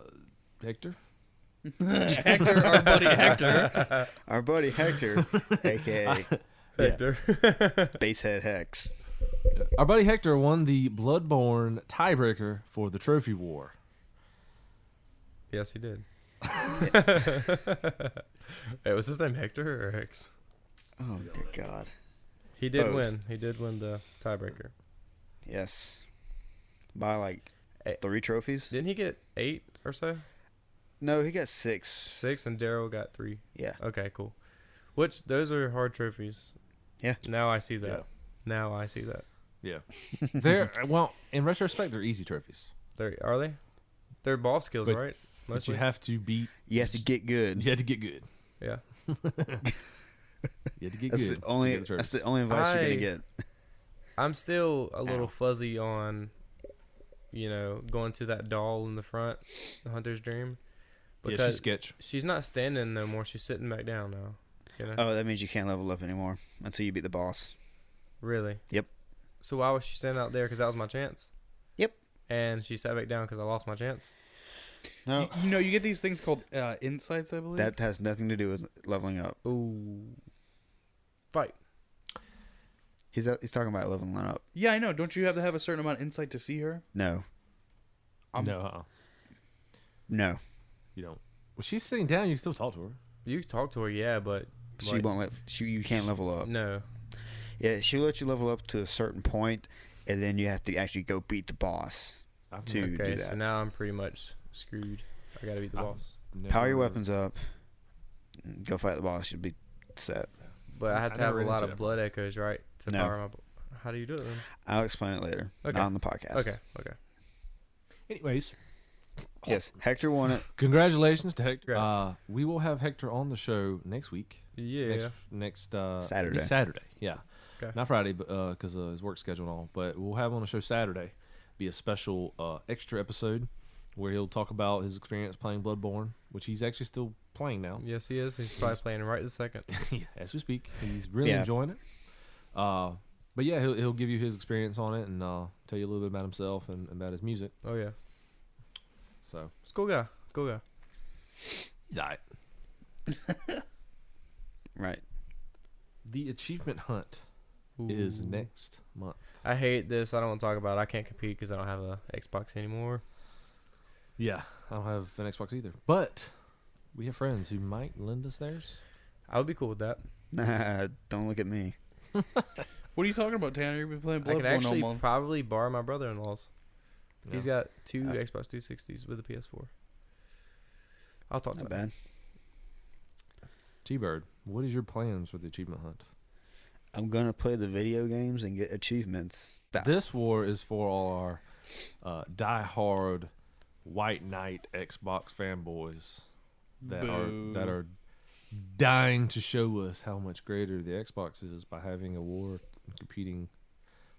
B: Hector.
E: Hector, our buddy Hector.
C: Our buddy Hector, aka
D: Hector.
C: Basehead Hex.
B: Our buddy Hector won the Bloodborne tiebreaker for the trophy war.
D: yes, he did. Wait, was his name Hector or Hex?
C: Oh dear God.
D: He did
C: Both.
D: win. He did win the tiebreaker.
C: Yes. By like
D: Eh.
C: three trophies.
D: Didn't he get eight or so?
C: No, he got six.
D: Six, and Daryl got three.
C: Yeah.
D: Okay, cool. Which those are hard trophies.
C: Yeah.
D: Now I see that.
B: Yeah.
D: Now I see that.
B: Yeah. They're, well, in retrospect, they're easy trophies.
D: They are they? They're ball skills,
B: But-
D: right?
B: But you
D: Mostly.
B: have to beat,
C: You have to get good.
B: you had to get good.
D: yeah.
B: You had to get
C: That's
B: good.
C: the
B: to
C: only.
B: get the
C: That's
B: trophy.
C: the only advice you're
D: I-
C: gonna get.
D: I'm still a little
C: Ow.
D: fuzzy on, you know, going to that doll in the front, the hunter's dream,
B: yeah,
D: because
B: she's sketch.
D: she's not standing no more. She's sitting back down now. You know,
C: Oh, that means you can't level up anymore until you beat the boss.
D: really.
C: Yep.
D: So why was she standing out there? Because that was my chance.
C: Yep.
D: And she sat back down because I lost my chance.
C: No,
E: You, you know, you get these things called uh, insights, I believe.
C: that has nothing to do with leveling up.
D: Ooh. Fight.
C: He's he's talking about leveling up.
E: yeah, I know. Don't you have to have a certain amount of insight to see her?
C: No,
E: I'm-
B: no, uh-uh.
C: no.
B: you don't. Well, she's sitting down. You can still talk to her.
D: You can talk to her, yeah, but
C: She
D: like,
C: won't let she, you can't level up.
D: No,
C: Yeah, she lets you level up to a certain point, and then you have to actually go beat the boss.
B: I've
C: To do
D: okay. So
C: that.
D: now I'm pretty much screwed. I gotta beat the
B: I-
D: boss,
B: never-
C: Power your weapons up. and Go fight the boss. You'll be set.
D: but I have
B: I
D: to have
B: never
D: a lot
B: into
D: of
B: that.
D: blood echoes, right? To
C: No.
D: power my. bo- How do you do it? Then?
C: I'll explain it later.
D: Okay.
C: Not on the podcast.
D: Okay, okay.
B: Anyways,
C: Yes, Hector won it.
B: congratulations to Hector.
D: Congrats.
B: Uh, we will have Hector on the show next week.
D: Yeah.
B: Next, next uh,
C: Saturday.
B: Saturday, yeah.
D: Okay.
B: Not Friday, but because uh, his work schedule and all. But we'll have him on the show Saturday. Be a special uh, extra episode where he'll talk about his experience playing Bloodborne, which he's actually still playing now.
D: Yes, he is. He's probably playing right this second.
B: yeah, as we speak. He's really
C: Yeah.
B: enjoying it. Uh, but yeah, he'll, he'll give you his experience on it and uh, tell you a little bit about himself and about his music.
D: Oh yeah,
B: So
D: it's a cool guy. It's a cool guy.
B: he's all right.
C: Right.
B: The achievement hunt
D: Ooh.
B: is next month.
D: I hate this. I don't want to talk about. it. I can't compete because I don't have a Xbox anymore.
B: Yeah, I don't have an Xbox either, but we have friends who might lend us theirs.
D: I would be cool with that.
C: Nah, don't look at me.
E: What are you talking about, Tanner? You've been playing
D: I could
E: Bloodborne all
D: actually
E: month.
D: probably borrow my brother-in-law's. He's got two
C: Uh,
D: Xbox 360s with a PS4. I'll talk to
C: Not
D: him.
C: bad.
B: T Bird, what is your plans for the achievement hunt?
C: I'm gonna play the video games and get achievements. That-
B: This war is for all our uh, die-hard white knight Xbox fanboys that
E: Boo.
B: are that are dying to show us how much greater the Xbox is by having a war competing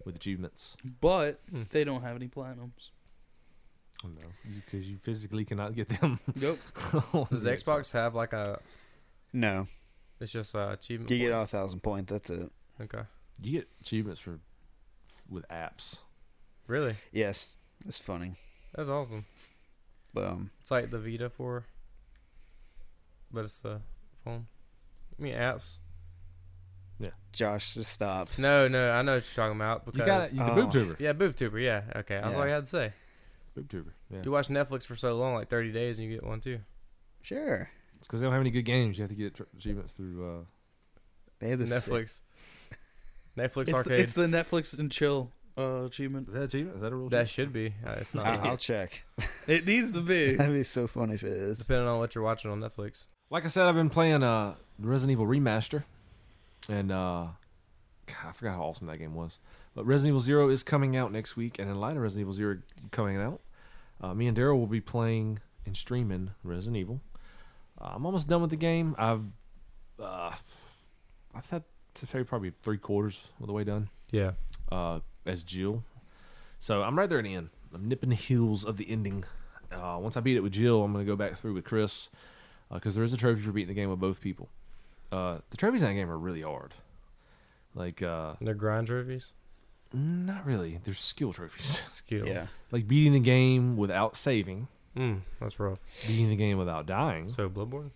B: with achievements.
E: But
D: Hmm.
E: they don't have any platinums.
B: because you physically cannot get them.
E: Nope.
B: on
D: Does
B: the
D: Xbox have like a?
C: no,
D: It's just uh, achievement.
C: you get all
D: points?
C: thousand points. That's it.
D: Okay.
B: You get achievements for with apps.
D: Really?
C: Yes, it's funny.
D: That's awesome.
C: But um,
D: It's like the Vita for, but it's the phone. I mean apps.
C: Josh, just stop.
D: No, no, I know what you're talking about because
B: You got you
C: Oh.
B: the boob tuber.
D: yeah, BoobTuber. Yeah, okay. That's all I
C: Yeah.
D: had to say.
B: Boob tuber. Yeah.
D: You watch Netflix for so long, like 30 days, and you get one too.
C: Sure,
B: It's because they don't have any good games. You have to get tr- achievements through. Uh,
C: they have this.
D: Netflix. Netflix
E: It's the,
D: Arcade.
E: it's the Netflix and chill uh, achievement.
B: is that achievement? Is that a real?
D: that
B: achievement?
D: should be. Uh, it's not.
C: I- I'll check.
E: It needs to be.
C: That'd be so funny if it is.
D: Depending on what you're watching on Netflix.
B: Like I said, I've been playing uh Resident Evil Remaster, and uh, God, I forgot how awesome that game was. But Resident Evil Zero is coming out next week, and in light of Resident Evil Zero coming out, uh, me and Daryl will be playing and streaming Resident Evil. Uh, I'm almost done with the game. I've uh, I've had to say probably three quarters of the way done.
D: Yeah.
B: uh, as Jill. So I'm right there at the end. I'm nipping the heels of the ending. Uh, once I beat it with Jill, I'm going to go back through with Chris because there is a trophy for beating the game with both people. Uh, the trophies in that game are really hard. Like, uh,
D: They're grind trophies.
B: not really. They're skill trophies.
D: Skill.
C: Yeah,
B: like beating the game without saving,
D: Mm, that's rough.
B: beating the game without dying.
D: So Bloodborne.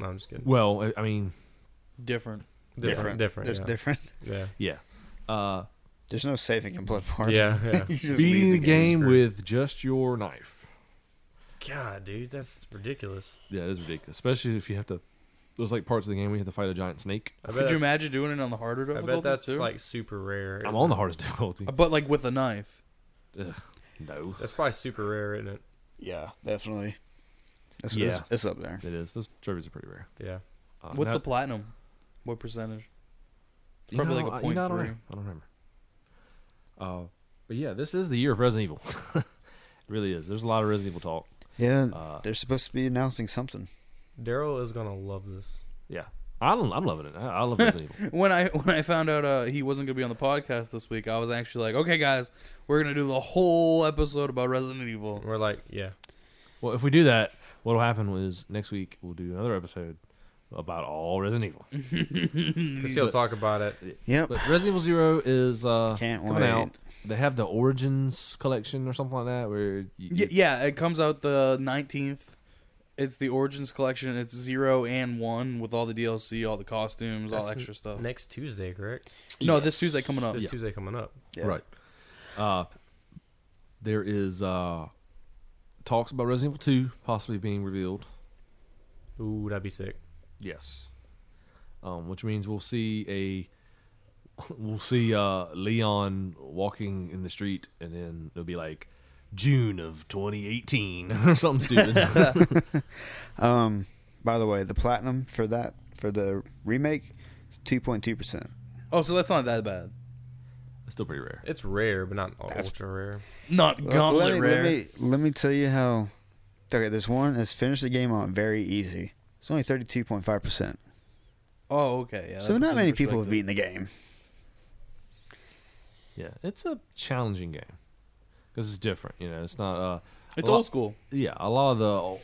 D: No, I'm just kidding.
B: Well, I- I mean,
E: Different.
D: Different. Different.
C: There's
D: yeah.
C: different.
D: Yeah.
B: yeah. Uh,
C: There's no saving in Bloodborne.
D: Yeah. yeah.
C: You just
B: beating
C: leave
B: the game
D: screwed.
B: with just your knife.
D: God, dude, that's ridiculous.
B: Yeah, it is ridiculous. Especially if you have to. There's like parts of the game where you have to fight a giant snake.
D: I bet
E: Could you
D: that's-
E: imagine doing it on the harder
D: I bet
E: difficulties
D: that's
E: too? Uh,
D: like super rare.
B: I'm
D: isn't
B: on
D: it?
B: the hardest difficulty.
E: but like with a knife.
B: Ugh, no,
D: That's probably super rare, isn't it?
C: Yeah, definitely. That's
B: Yeah.
C: It's, it's up there.
B: it is. Those trophies are pretty rare.
D: Yeah.
B: Uh,
E: What's
B: now-
E: the platinum? What percentage?
B: you
E: probably
B: know,
E: like a
B: I- you know, I don't
E: 0.3.
B: remember. I don't remember. Uh, but yeah, this is the year of Resident Evil. it really is. There's a lot of Resident Evil talk.
C: Yeah,
B: Uh,
C: they're supposed to be announcing something.
D: Daryl is gonna love this.
B: yeah, I'm I'm loving it. I, I love Resident Evil.
E: When I when I found out uh, he wasn't gonna be on the podcast this week, I was actually like, okay, guys, we're gonna do the whole episode about Resident Evil.
D: We're like, yeah,
B: Well, if we do that, what'll happen is next week we'll do another episode about all Resident Evil.
D: because he'll talk about it.
C: Yep.
B: But Resident Evil Zero is uh,
C: Can't
B: coming
C: wait.
B: out. They have the Origins collection or something like that, where you,
E: Y- yeah, it comes out the nineteenth. It's the Origins collection. It's zero and one with all the DLC, all the costumes, all
D: That's
E: extra stuff.
D: Next Tuesday, correct?
E: no, this Tuesday coming up.
D: This Tuesday coming up.
C: Yeah.
B: Right. Uh, there is uh, talks about Resident Evil 2 possibly being revealed.
D: Ooh, that'd be sick.
B: Yes. Um, which means we'll see a we'll see uh, Leon walking in the street, and then it'll be like June of 2018 or something stupid.
C: Um, by the way, the platinum for that for the remake is two point two percent.
E: Oh, so that's not that bad.
B: Still pretty rare.
D: It's rare, but not ultra rare.
C: Uh,
E: Not gauntlet
C: let me,
E: rare.
C: Let me, let me tell you how. Okay, there's one that's finished the game on very easy. It's only thirty two point five percent.
E: oh, okay. Yeah,
C: So
E: that puts
C: not
E: in
C: many people have beaten
E: perspective.
C: the game.
B: Yeah, it's a challenging game because it's different. You know, it's not. Uh, a
E: It's
B: lot-
E: old school.
B: yeah, a lot of the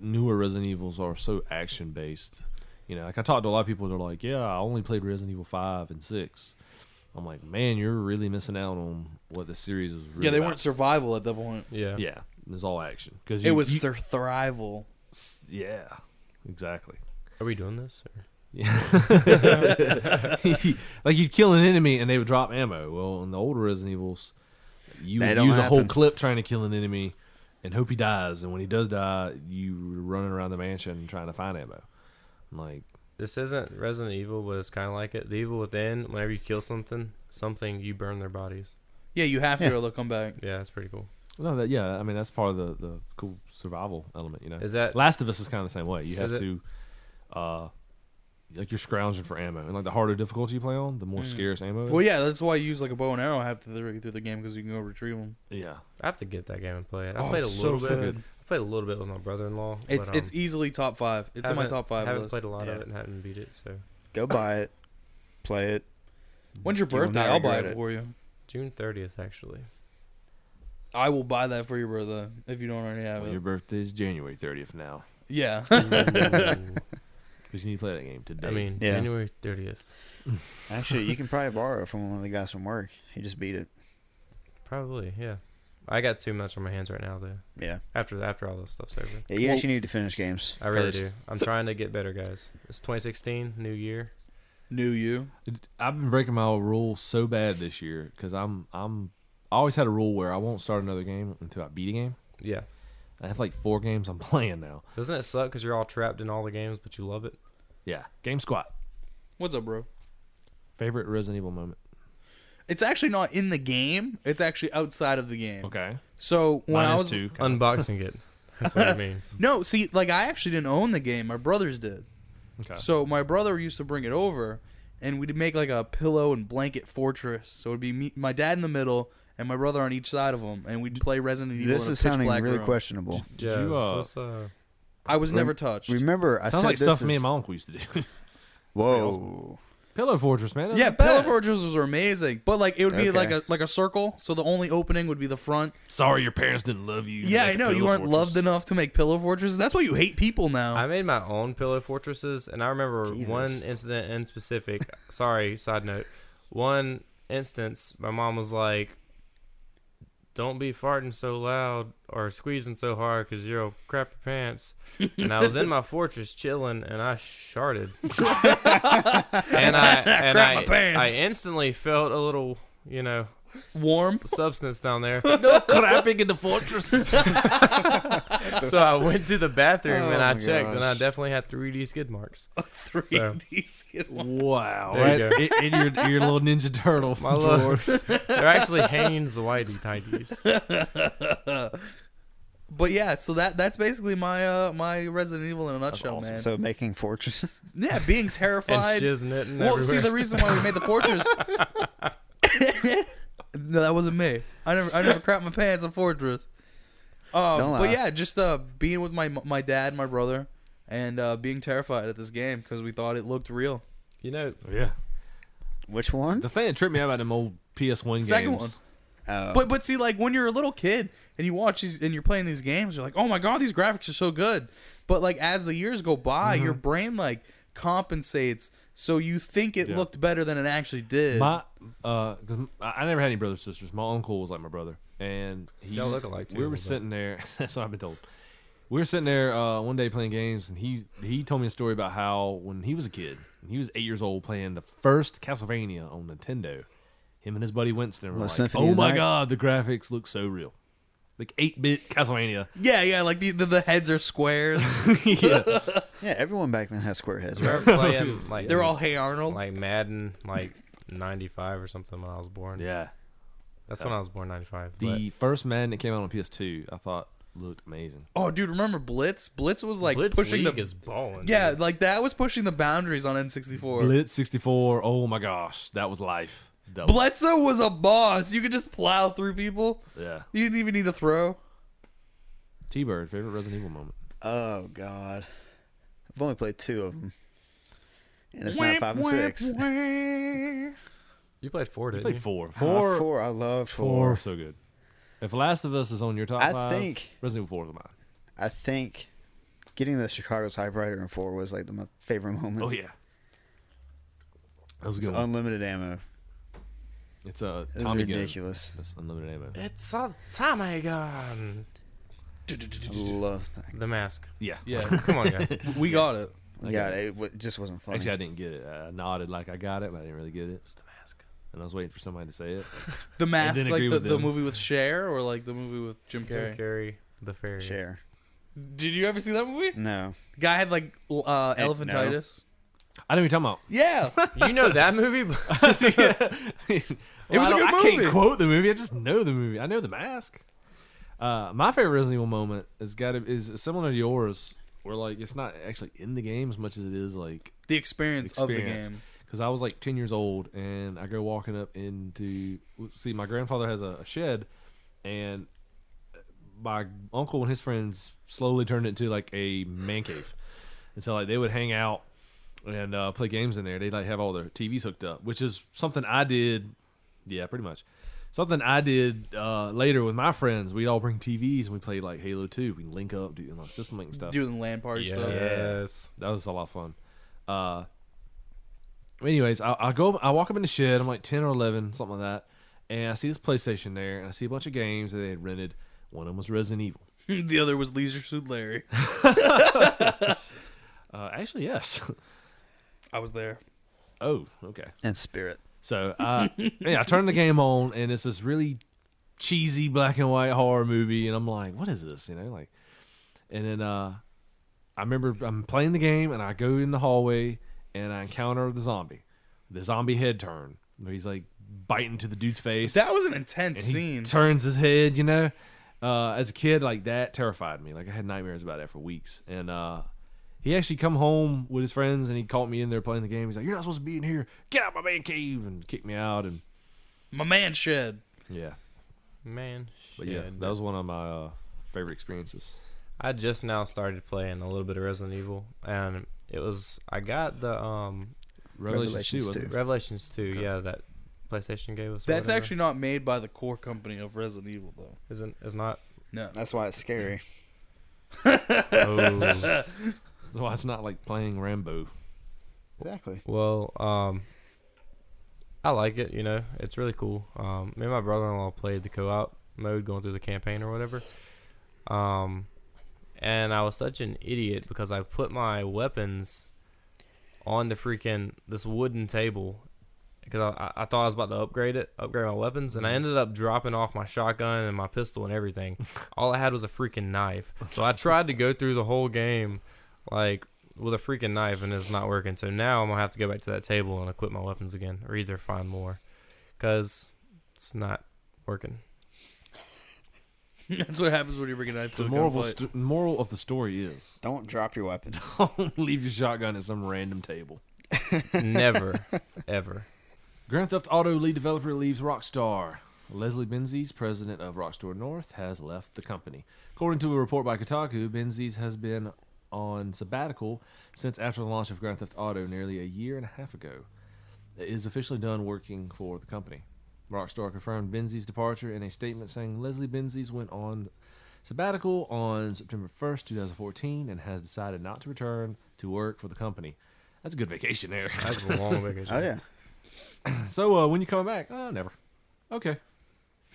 B: newer Resident Evils are so action based. You know, like I talked to a lot of people, they're like, "Yeah, I only played Resident Evil five and 6. I'm like, "Man, you're really missing out on what the series was." Really
E: yeah, they
B: about.
E: weren't survival at that point.
D: Yeah.
B: Yeah, it was all action because
E: It was sur- thrival.
B: yeah, exactly.
D: Are we doing this? Or?
B: like you'd kill an enemy and they would drop ammo. Well, in the older Resident Evils, you
C: That
B: would
C: don't
B: use a whole
C: happen.
B: clip trying to kill an enemy and hope he dies. And when he does die, you were running around the mansion trying to find ammo. I'm like,
D: This isn't Resident Evil, but it's kind of like it. The Evil Within. Whenever you kill something, something you burn their bodies.
E: Yeah, you have to
C: Yeah.
E: or they'll come back.
D: Yeah, that's pretty cool.
B: no, that yeah. I mean, that's part of the the cool survival element. You know,
D: Is that
B: Last of Us is kind of the same way. You have
D: Is it-
B: to, uh, like you're scrounging for ammo, and like the harder difficulty you play on, the more
D: Mm.
B: scarce ammo. Is.
E: Well, yeah, that's why you use like a bow and arrow after the, through the game because you can go retrieve them.
B: yeah.
D: I have to get that game and play it. I
E: Oh,
D: played a
E: it's
D: little
E: so
D: bit.
E: good.
D: I played a little bit with my brother-in-law.
E: It's
D: but, um,
E: it's easily top five. It's in my
D: haven't-
E: top five
D: Haven't
E: list.
D: played a lot
C: Yeah.
D: of it and haven't beat it. So
C: Go buy it, play it.
E: When's your
C: You will
E: birthday?
C: not
E: I'll buy it,
C: regret it.
E: for you.
D: June thirtieth, actually.
E: I will buy that for your birthday if you don't already have
B: Well,
E: it.
B: your birthday is January 30th now
E: Yeah.
D: Ooh.
B: because you need to play that game today.
D: I mean,
C: Yeah.
D: January thirtieth,
C: Actually, you can probably borrow it from one of the guys from work. He just beat it.
D: probably. Yeah, I got too much on my hands right now though.
C: Yeah,
D: After after all this stuff's over,
C: yeah you
E: Well-
C: actually need to finish games.
D: I really
C: first.
D: do. I'm trying to get better, guys. It's 2016, new year.
E: Knew you.
B: I've been breaking my rule so bad this year because I'm I'm I always had a rule where I won't start another game until I beat a game.
D: Yeah.
B: I have like four games I'm playing now.
D: Doesn't it suck because you're all trapped in all the games, but you love it?
B: Yeah, Game Squat.
E: What's up, bro?
B: Favorite Resident Evil moment.
E: It's actually not in the game. It's actually outside of the game.
B: Okay,
E: So when
B: mine
E: I
B: is
E: was
B: two.
D: Unboxing it. That's what it means.
E: no, see, like I actually didn't own the game. My brothers did.
B: Okay.
E: So my brother used to bring it over, and we'd make like a pillow and blanket fortress. So it'd be me, my dad in the middle, and my brother on each side of him, and we'd play Resident Evil.
C: This
E: in a
C: is
E: pitch
C: sounding
E: black
C: really
E: room.
C: questionable.
B: Did
D: yeah,
B: you,
D: so
B: uh,
D: it's, uh,
E: I was
C: Rem-
E: never touched.
C: Remember, I
B: Sounds
C: said
B: like
C: this
B: stuff
C: is,
B: me and my uncle used to do.
C: Whoa,
B: Pillow Fortress, man. that was
E: yeah,
B: the
E: pillow
B: best.
E: fortress was amazing, but like it would be
C: Okay.
E: like a like a circle, so the only opening would be the front.
B: Sorry, your parents didn't love you.
E: Yeah, I
B: Like a
E: know you
B: Pillow
E: weren't
B: Fortress.
E: loved enough to make pillow fortresses. That's why you hate people now.
D: I made my own pillow fortresses, and I remember
C: Jesus.
D: one incident in specific. sorry, side note. One instance, my mom was like, "Don't be farting so loud or squeezing so hard, cause you'll crap your pants." And I was in my fortress chilling, and I sharted, and I and
E: Crap
D: I
E: my pants.
D: I instantly felt a little, you know,
E: Warm.
D: substance down there.
B: Crapping in the fortress.
D: so I went to the bathroom
C: Oh
D: and I
C: my
D: checked, and I
C: gosh.
D: definitely had 3D skid marks.
E: 3D skid one.
B: wow.
D: There you
B: right in, in your your little Ninja Turtle
D: My lord.
B: drawers.
D: They're actually Haynes whitey tighties.
E: But yeah, so that that's basically my uh my Resident Evil in a nutshell, man.
C: so making fortresses.
E: yeah, being
D: and
E: terrified.
D: shiz knitting
E: well,
D: everywhere.
E: see the reason why we made the fortress. no, that wasn't me. I never I never crapped my pants in fortress. Um,
C: Don't
E: but
C: lie.
E: yeah, just uh being with my my dad, my brother, and uh being terrified at this game because we thought it looked real.
D: you know,
B: yeah.
C: Which one?
B: The thing that tripped me out about them old PS1
E: Second
B: games.
E: one.
C: Oh.
E: But but see, like when you're a little kid and you watch these and you're playing these games, you're like, oh my god, these graphics are so good. But like as the years go by,
C: Mm-hmm.
E: your brain like compensates, so you think it
B: Yeah.
E: looked better than it actually did.
B: My, uh, 'cause I I never had any brothers or sisters. My uncle was like my brother, and he
D: Y'all look alike, too,
B: We
D: a
B: were
D: little bit.
B: sitting there. That's what I've been told. We were sitting there uh, one day playing games, and he he told me a story about how when he was a kid, when he was eight years old, playing the first Castlevania on Nintendo. Him and his buddy Winston were
C: Well,
B: like,
C: Symphony
B: "Oh
C: of
B: my
C: Night."
B: god, the graphics look so real." like eight bit Castlevania.
E: Yeah, yeah, like the the, the heads are squares.
B: yeah,
C: Yeah, everyone back then had square heads, right?
D: Start playing like
E: They're all Hey Arnold.
D: like Madden, like '95 or something when I was born.
B: yeah.
D: that's when I was born '95.
B: The first Madden that came out on PS2, I thought looked amazing.
E: oh, dude, remember Blitz? Blitz was like
D: Blitz
E: pushing
D: League
E: the
D: is balling.
E: yeah, like that was pushing the boundaries on N64.
B: Blitz 64. Oh my gosh, that was life. That was,
E: Bledsoe was a boss. You could just plow through people.
B: yeah.
E: You didn't even need to throw.
B: T Bird, favorite Resident Evil moment.
C: Oh God, I've only played two of them, and it's not five and six.
D: you played four,
B: You
D: didn't
B: played
D: you?
B: four.
C: Ah, Four,
B: Four.
C: I love
B: four.
C: four.
B: So good. If Last of Us is on your top
C: I
B: five,
C: think-
B: Resident Evil 4 is mine.
C: I think getting the Chicago typewriter in four was like the, my favorite moment.
B: Oh yeah, that was a
C: It's
B: good. One.
C: unlimited ammo.
B: It's a
C: It was
B: Tommy gun.
C: ridiculous.
B: That's unlimited ammo.
D: It's a Tommy gun.
C: I love that.
D: The mask.
B: Yeah,
E: Yeah,
D: Come on, guys.
E: we got it.
C: God, it w- just wasn't funny.
B: Actually, I didn't get it. I nodded like I got it, but I didn't really get it.
D: it's the mask.
B: And I was waiting for somebody to say it.
E: The mask,
B: didn't
E: like
B: agree
E: the,
B: with
E: the
B: them.
E: movie with Cher, or like the movie with Jim
D: Jim
E: Carrey.
D: Carrey, the fairy.
C: Share.
E: Did you ever see that movie?
C: No.
E: Guy had like l- uh,
C: Eh, no.
E: elephantitis.
B: I know what you're talking about.
E: Yeah,
D: You know that movie? but-
B: it
E: was a good
B: I
E: movie.
B: can't quote the movie. I just know the movie. I know the mask. Uh, my favorite Resident Evil moment is got to is similar to yours, where like it's not actually in the game as much as it is like
E: the experience,
B: experience.
E: of the game.
B: Because I was like ten years old, and I go walking up into see my grandfather has a, a shed, and my uncle and his friends slowly turned it into like a man cave, and so like they would hang out and uh, play games in there. They like have all their TVs hooked up, which is something I did. Yeah, pretty much. Something I did uh, later with my friends. We'd all bring TVs and we played like Halo Two. We link up, do you know, system link stuff.
E: Doing land party stuff.
D: yes.
B: That was a lot of fun. Uh, anyways, I, I go, I walk up in the shed. I'm like ten or eleven, something like that, and I see this PlayStation there, and I see a bunch of games that they had rented. One of them was Resident Evil.
E: the other was Leisure Suit Larry.
B: Uh, actually, yes.
E: I was there.
B: oh, okay.
C: And spirit.
B: So uh, yeah, I turn the game on, and it's this really cheesy black and white horror movie, and I'm like, "What is this?" You know, like. And then uh, I remember I'm playing the game, and I go in the hallway, and I encounter the zombie, the zombie head turn, where he's like biting to the dude's face,
E: That was an intense
B: and he
E: scene.
B: turns his head. You know, uh, as a kid, like that terrified me. Like I had nightmares about that for weeks, and. uh he actually come home with his friends and he caught me in there playing the game. He's like, "You're not supposed to be in here. Get out of my man cave!" and kicked me out. And
E: My man shed.
B: yeah.
D: Man.
B: But yeah,
D: shit.
B: that was one of my uh, favorite experiences.
D: I just now started playing a little bit of Resident Evil, and it was I got the um
B: Revelation
C: Revelations
B: 2, wasn't
C: two.
B: it?
D: Revelations two,
B: Okay.
D: yeah, that PlayStation gave us. or
E: That's
D: whatever.
E: actually not made by the core company of Resident Evil though.
D: isn't is not.
E: No.
C: That's why it's scary.
D: Oh.
B: That's why it's not like playing Rambo.
C: Exactly.
D: well, um, I like it. You know, it's really cool. Um, me and my brother-in-law played the co-op mode, going through the campaign or whatever. Um, and I was such an idiot because I put my weapons on the freaking this wooden table because I, I thought I was about to upgrade it, upgrade my weapons, and I ended up dropping off my shotgun and my pistol and everything. All I had was a freaking knife, so I tried to go through the whole game like with a freaking knife, and it's not working. So now I'm gonna have to go back to that table and equip my weapons again, or either find more, because it's not working.
E: That's what happens when you bring a knife to
B: The
E: a
B: moral,
E: gunfight.
B: st- moral of the story is
C: Don't drop your weapons. Oh,
B: don't leave your shotgun at some random table.
D: Never, ever.
B: Grand Theft Auto lead developer leaves Rockstar. Leslie Benzies, president of Rockstar North, has left the company. According to a report by Kotaku, Benzies has been on sabbatical since after the launch of Grand Theft Auto nearly a year and a half ago. It is officially done working for the company. Rockstar confirmed Benzies' departure in a statement saying Leslie Benzies went on sabbatical on September 1st, 2014, and has decided not to return to work for the company. That's a good vacation there.
D: That's a long vacation.
C: Oh yeah.
B: So uh, when you come back, uh, never. Okay.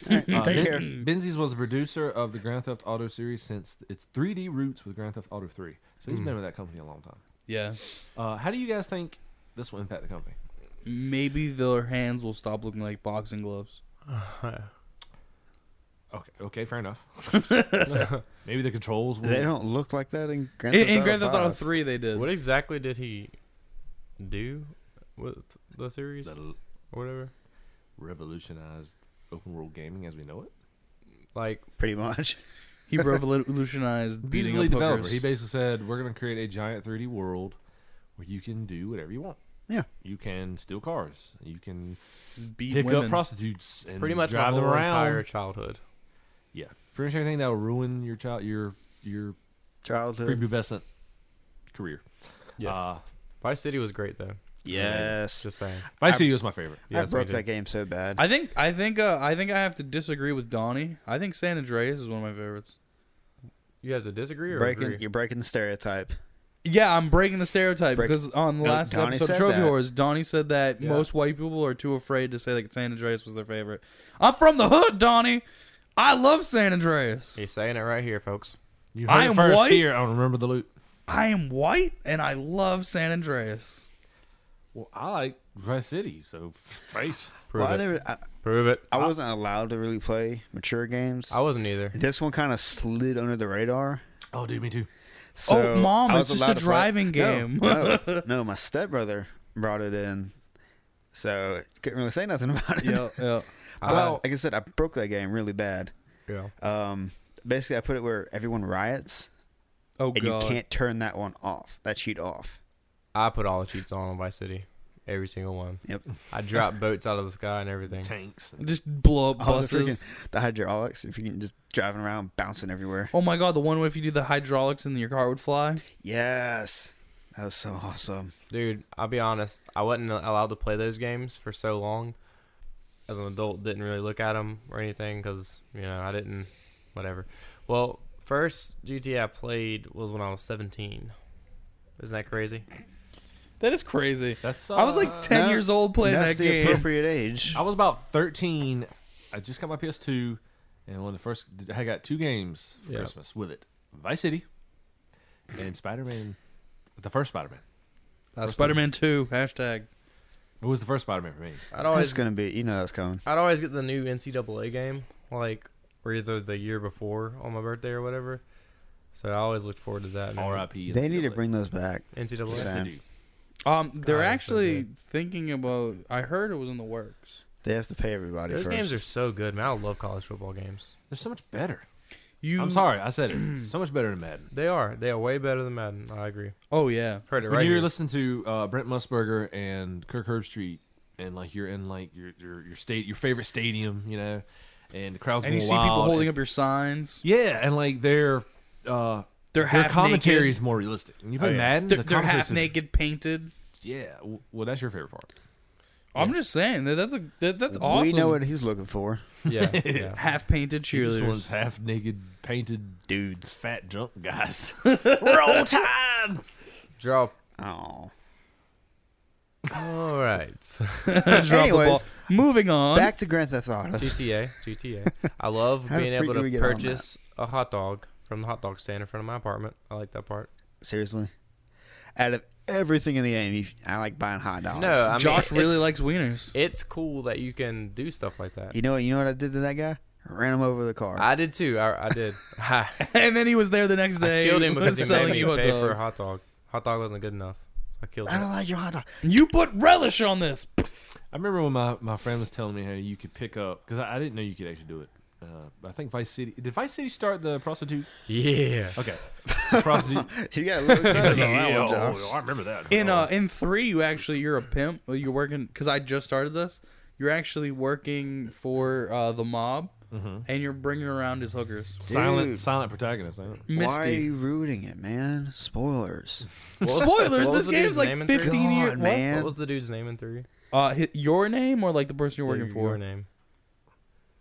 C: All right,
B: Uh,
C: take
B: Ben-
C: care.
B: Benzies was a producer of the Grand Theft Auto series since its 3D roots with Grand Theft Auto 3. So
C: Hmm.
B: he's been with that company a long time.
E: Yeah.
B: Uh, how do you guys think this will impact the company?
E: Maybe their hands will stop looking like boxing gloves.
B: Okay, okay, fair enough. Maybe the controls. Will,
C: They don't look like that in Grand Theft
E: In,
C: Auto.
E: in Grand Theft Auto
C: 5.
E: Three, they did.
D: What exactly did he do with the series or
B: that'll
D: whatever?
B: revolutionize open world gaming as we know it.
D: Like,
C: Pretty much.
E: He revolutionized
B: He's
E: beating
B: the
E: up
B: lead developer.
E: hookers.
B: He basically said, "We're going to create a giant 3D world where you can do whatever you want.
C: Yeah.
B: You can steal cars. You can
E: beat
B: pick
E: women.
B: up prostitutes and
D: pretty much my
B: drive
D: whole
B: them around.
D: entire childhood.
B: Yeah, pretty much everything that will ruin your child, your your
C: Childhood.
B: prepubescent career.
D: Yes.
B: Uh,
D: Vice City was great though.
C: Yes.
D: Just saying.
B: Vice City was my favorite.
C: I
D: Yes, we
C: broke
D: did.
C: that game so bad.
E: I think I think uh, I think I have to disagree with Donnie. I think San Andreas is one of my favorites.
D: You have to disagree or
C: breaking,
D: agree?
C: you're breaking the stereotype.
E: Yeah, I'm breaking the stereotype
C: Break-
E: because on the
C: No,
E: last
C: Donnie
E: episode of
C: said
E: Trophy
C: that.
E: Wars, Donnie said that
D: Yeah.
E: most white people are too afraid to say that San Andreas was their favorite. I'm from the hood, Donnie. I love San Andreas.
D: He's saying it right here, folks.
B: You
E: I
B: heard it
E: am
B: first
E: white?
B: here on Remember the Loot.
E: I am white and I love San Andreas.
B: Well, I like Vice City, so face.
D: Prove
C: Well, I
D: it.
C: never. I,
D: Prove it.
C: I wasn't allowed to really play mature games.
D: I wasn't either.
C: this one kind of slid under the radar.
B: Oh, dude, me too.
C: So
E: oh, mom,
C: I
E: it's
C: was
E: just a
C: allowed to play-
E: driving
C: No,
E: game.
C: No, no, my stepbrother brought it in, so couldn't really say nothing about it.
E: yeah, yeah.
C: But,
D: Well,
C: like I said, I broke that game really bad.
D: yeah.
C: Um, basically, I put it where everyone riots,
E: Oh
C: and
E: god.
C: you can't turn that one off, that sheet off.
D: I put all the cheats on on Vice City, every single one.
C: Yep.
D: I dropped boats out of the sky and everything.
B: Tanks.
E: just blow up
C: All Oh, the,
E: buses.
C: freaking, the hydraulics, if you can just driving around bouncing everywhere.
E: Oh my god, the one where if you do the hydraulics and your car would fly.
C: Yes, that was so awesome.
D: Dude, I'll be honest. I wasn't allowed to play those games for so long. As an adult, didn't really look at them or anything because you know I didn't. Whatever. Well, first GTA I played was when I was 17. Isn't that crazy?
E: That is crazy.
B: That's.
E: I was
B: uh,
E: like ten
C: No,
E: years old playing
C: That's
E: that
C: the
E: game.
C: appropriate age.
B: I was about 13. I just got my PS2, and one of the first I got two games for
D: Yeah.
B: Christmas with it: Vice City and Spider Man. The first Spider Man.
D: That's
E: Spider Man Two hashtag.
B: It was the first Spider Man for me.
D: I'd
C: That's
D: always
C: gonna be, you know, that's coming.
D: I'd always get the new NCAA game, like or either the year before on my birthday or whatever. So I always looked forward to that. man.
B: R.I.P.
C: They need to
B: NCAA.
C: bring those back.
D: NCAA.
B: Yes, they
C: Sam.
B: do.
E: Um,
D: God,
E: they're
D: that's so
E: actually
D: good.
E: thinking about. I heard it was in the works.
C: They have to pay everybody
D: Those
C: first.
D: games are so good, man. I love college football games.
B: They're so much better.
E: You,
B: I'm sorry, I said it. It's so much better than Madden.
D: They are. They are way better than Madden. I agree.
E: Oh yeah,
D: Heard it
B: When
D: right
B: you're
D: here.
B: listening to uh, Brent Musburger and Kirk Herbstreit, and like you're in like your your your state your favorite stadium, you know, and the crowds
E: and you
B: going
E: see
B: wild,
E: people holding
B: and-
E: up your signs.
B: yeah, and like their uh,
E: They're
B: their
E: half
B: commentary
E: naked.
B: is more realistic. When you
C: Oh,
B: play
C: yeah.
B: Madden,
E: They're,
B: the
E: they're
B: commentary
E: half
B: system-
E: naked, painted.
B: Yeah, w- well, that's your favorite part.
E: I'm
D: Yes.
E: just saying that that's a that, that's awesome.
C: We know what he's looking for.
D: Yeah. yeah.
E: half painted
B: He just
E: cheerleaders.
B: wants half naked painted dudes, fat drunk guys. Roll time.
D: Draw
C: Oh.
D: All right.
E: Drop the
C: Anyways,
E: ball. Moving on.
C: Back to Grand Theft Auto.
D: GTA. GTA. I love
C: How the
D: being
C: freak
D: able
C: did we
D: to
C: get on that?
D: purchase a hot dog from the hot dog stand in front of my apartment. I like that part.
C: Seriously, out of everything in the game, you, I like buying hot dogs.
D: No, I mean,
E: Josh really
D: it's-
E: likes wieners.
D: It's cool that you can do stuff like that.
C: you know what? You know what I did to that guy? Ran him over the car.
D: I did too. I, I did. I
E: and then he was there the next day.
D: killed him because he made
E: selling
D: me
E: you hot
D: pay for a
E: dogs.
D: hot dog. Hot dog wasn't good enough. So I killed
C: I
D: him.
C: don't like your hot dog.
E: You put relish on this.
B: I remember when my, my friend was telling me how you could pick up because I, I didn't know you could actually do it. Uh, I think Vice City did Vice City start the prostitute?
D: Yeah.
B: Okay, The prostitute.
C: You got a little excited on that one, Josh.
B: oh, I remember that. Oh.
E: In uh, in three, you actually you're a pimp. Well, You're working because I just started this. You're actually working for uh, the mob,
B: Mm-hmm.
E: and you're bringing around his hookers.
B: silent
C: Dude.
B: silent protagonist. I don't-
C: Why are
E: Misty.
C: you ruining it, man? Spoilers.
D: What was-
E: Spoilers.
D: what was
E: This
D: the dude's
E: game's like
D: name in three?
E: 15
C: God,
E: years.
C: man.
D: What was the dude's name in three?
E: Uh, hi- your name or like the person you're working
D: Your-
E: for?
D: Your name.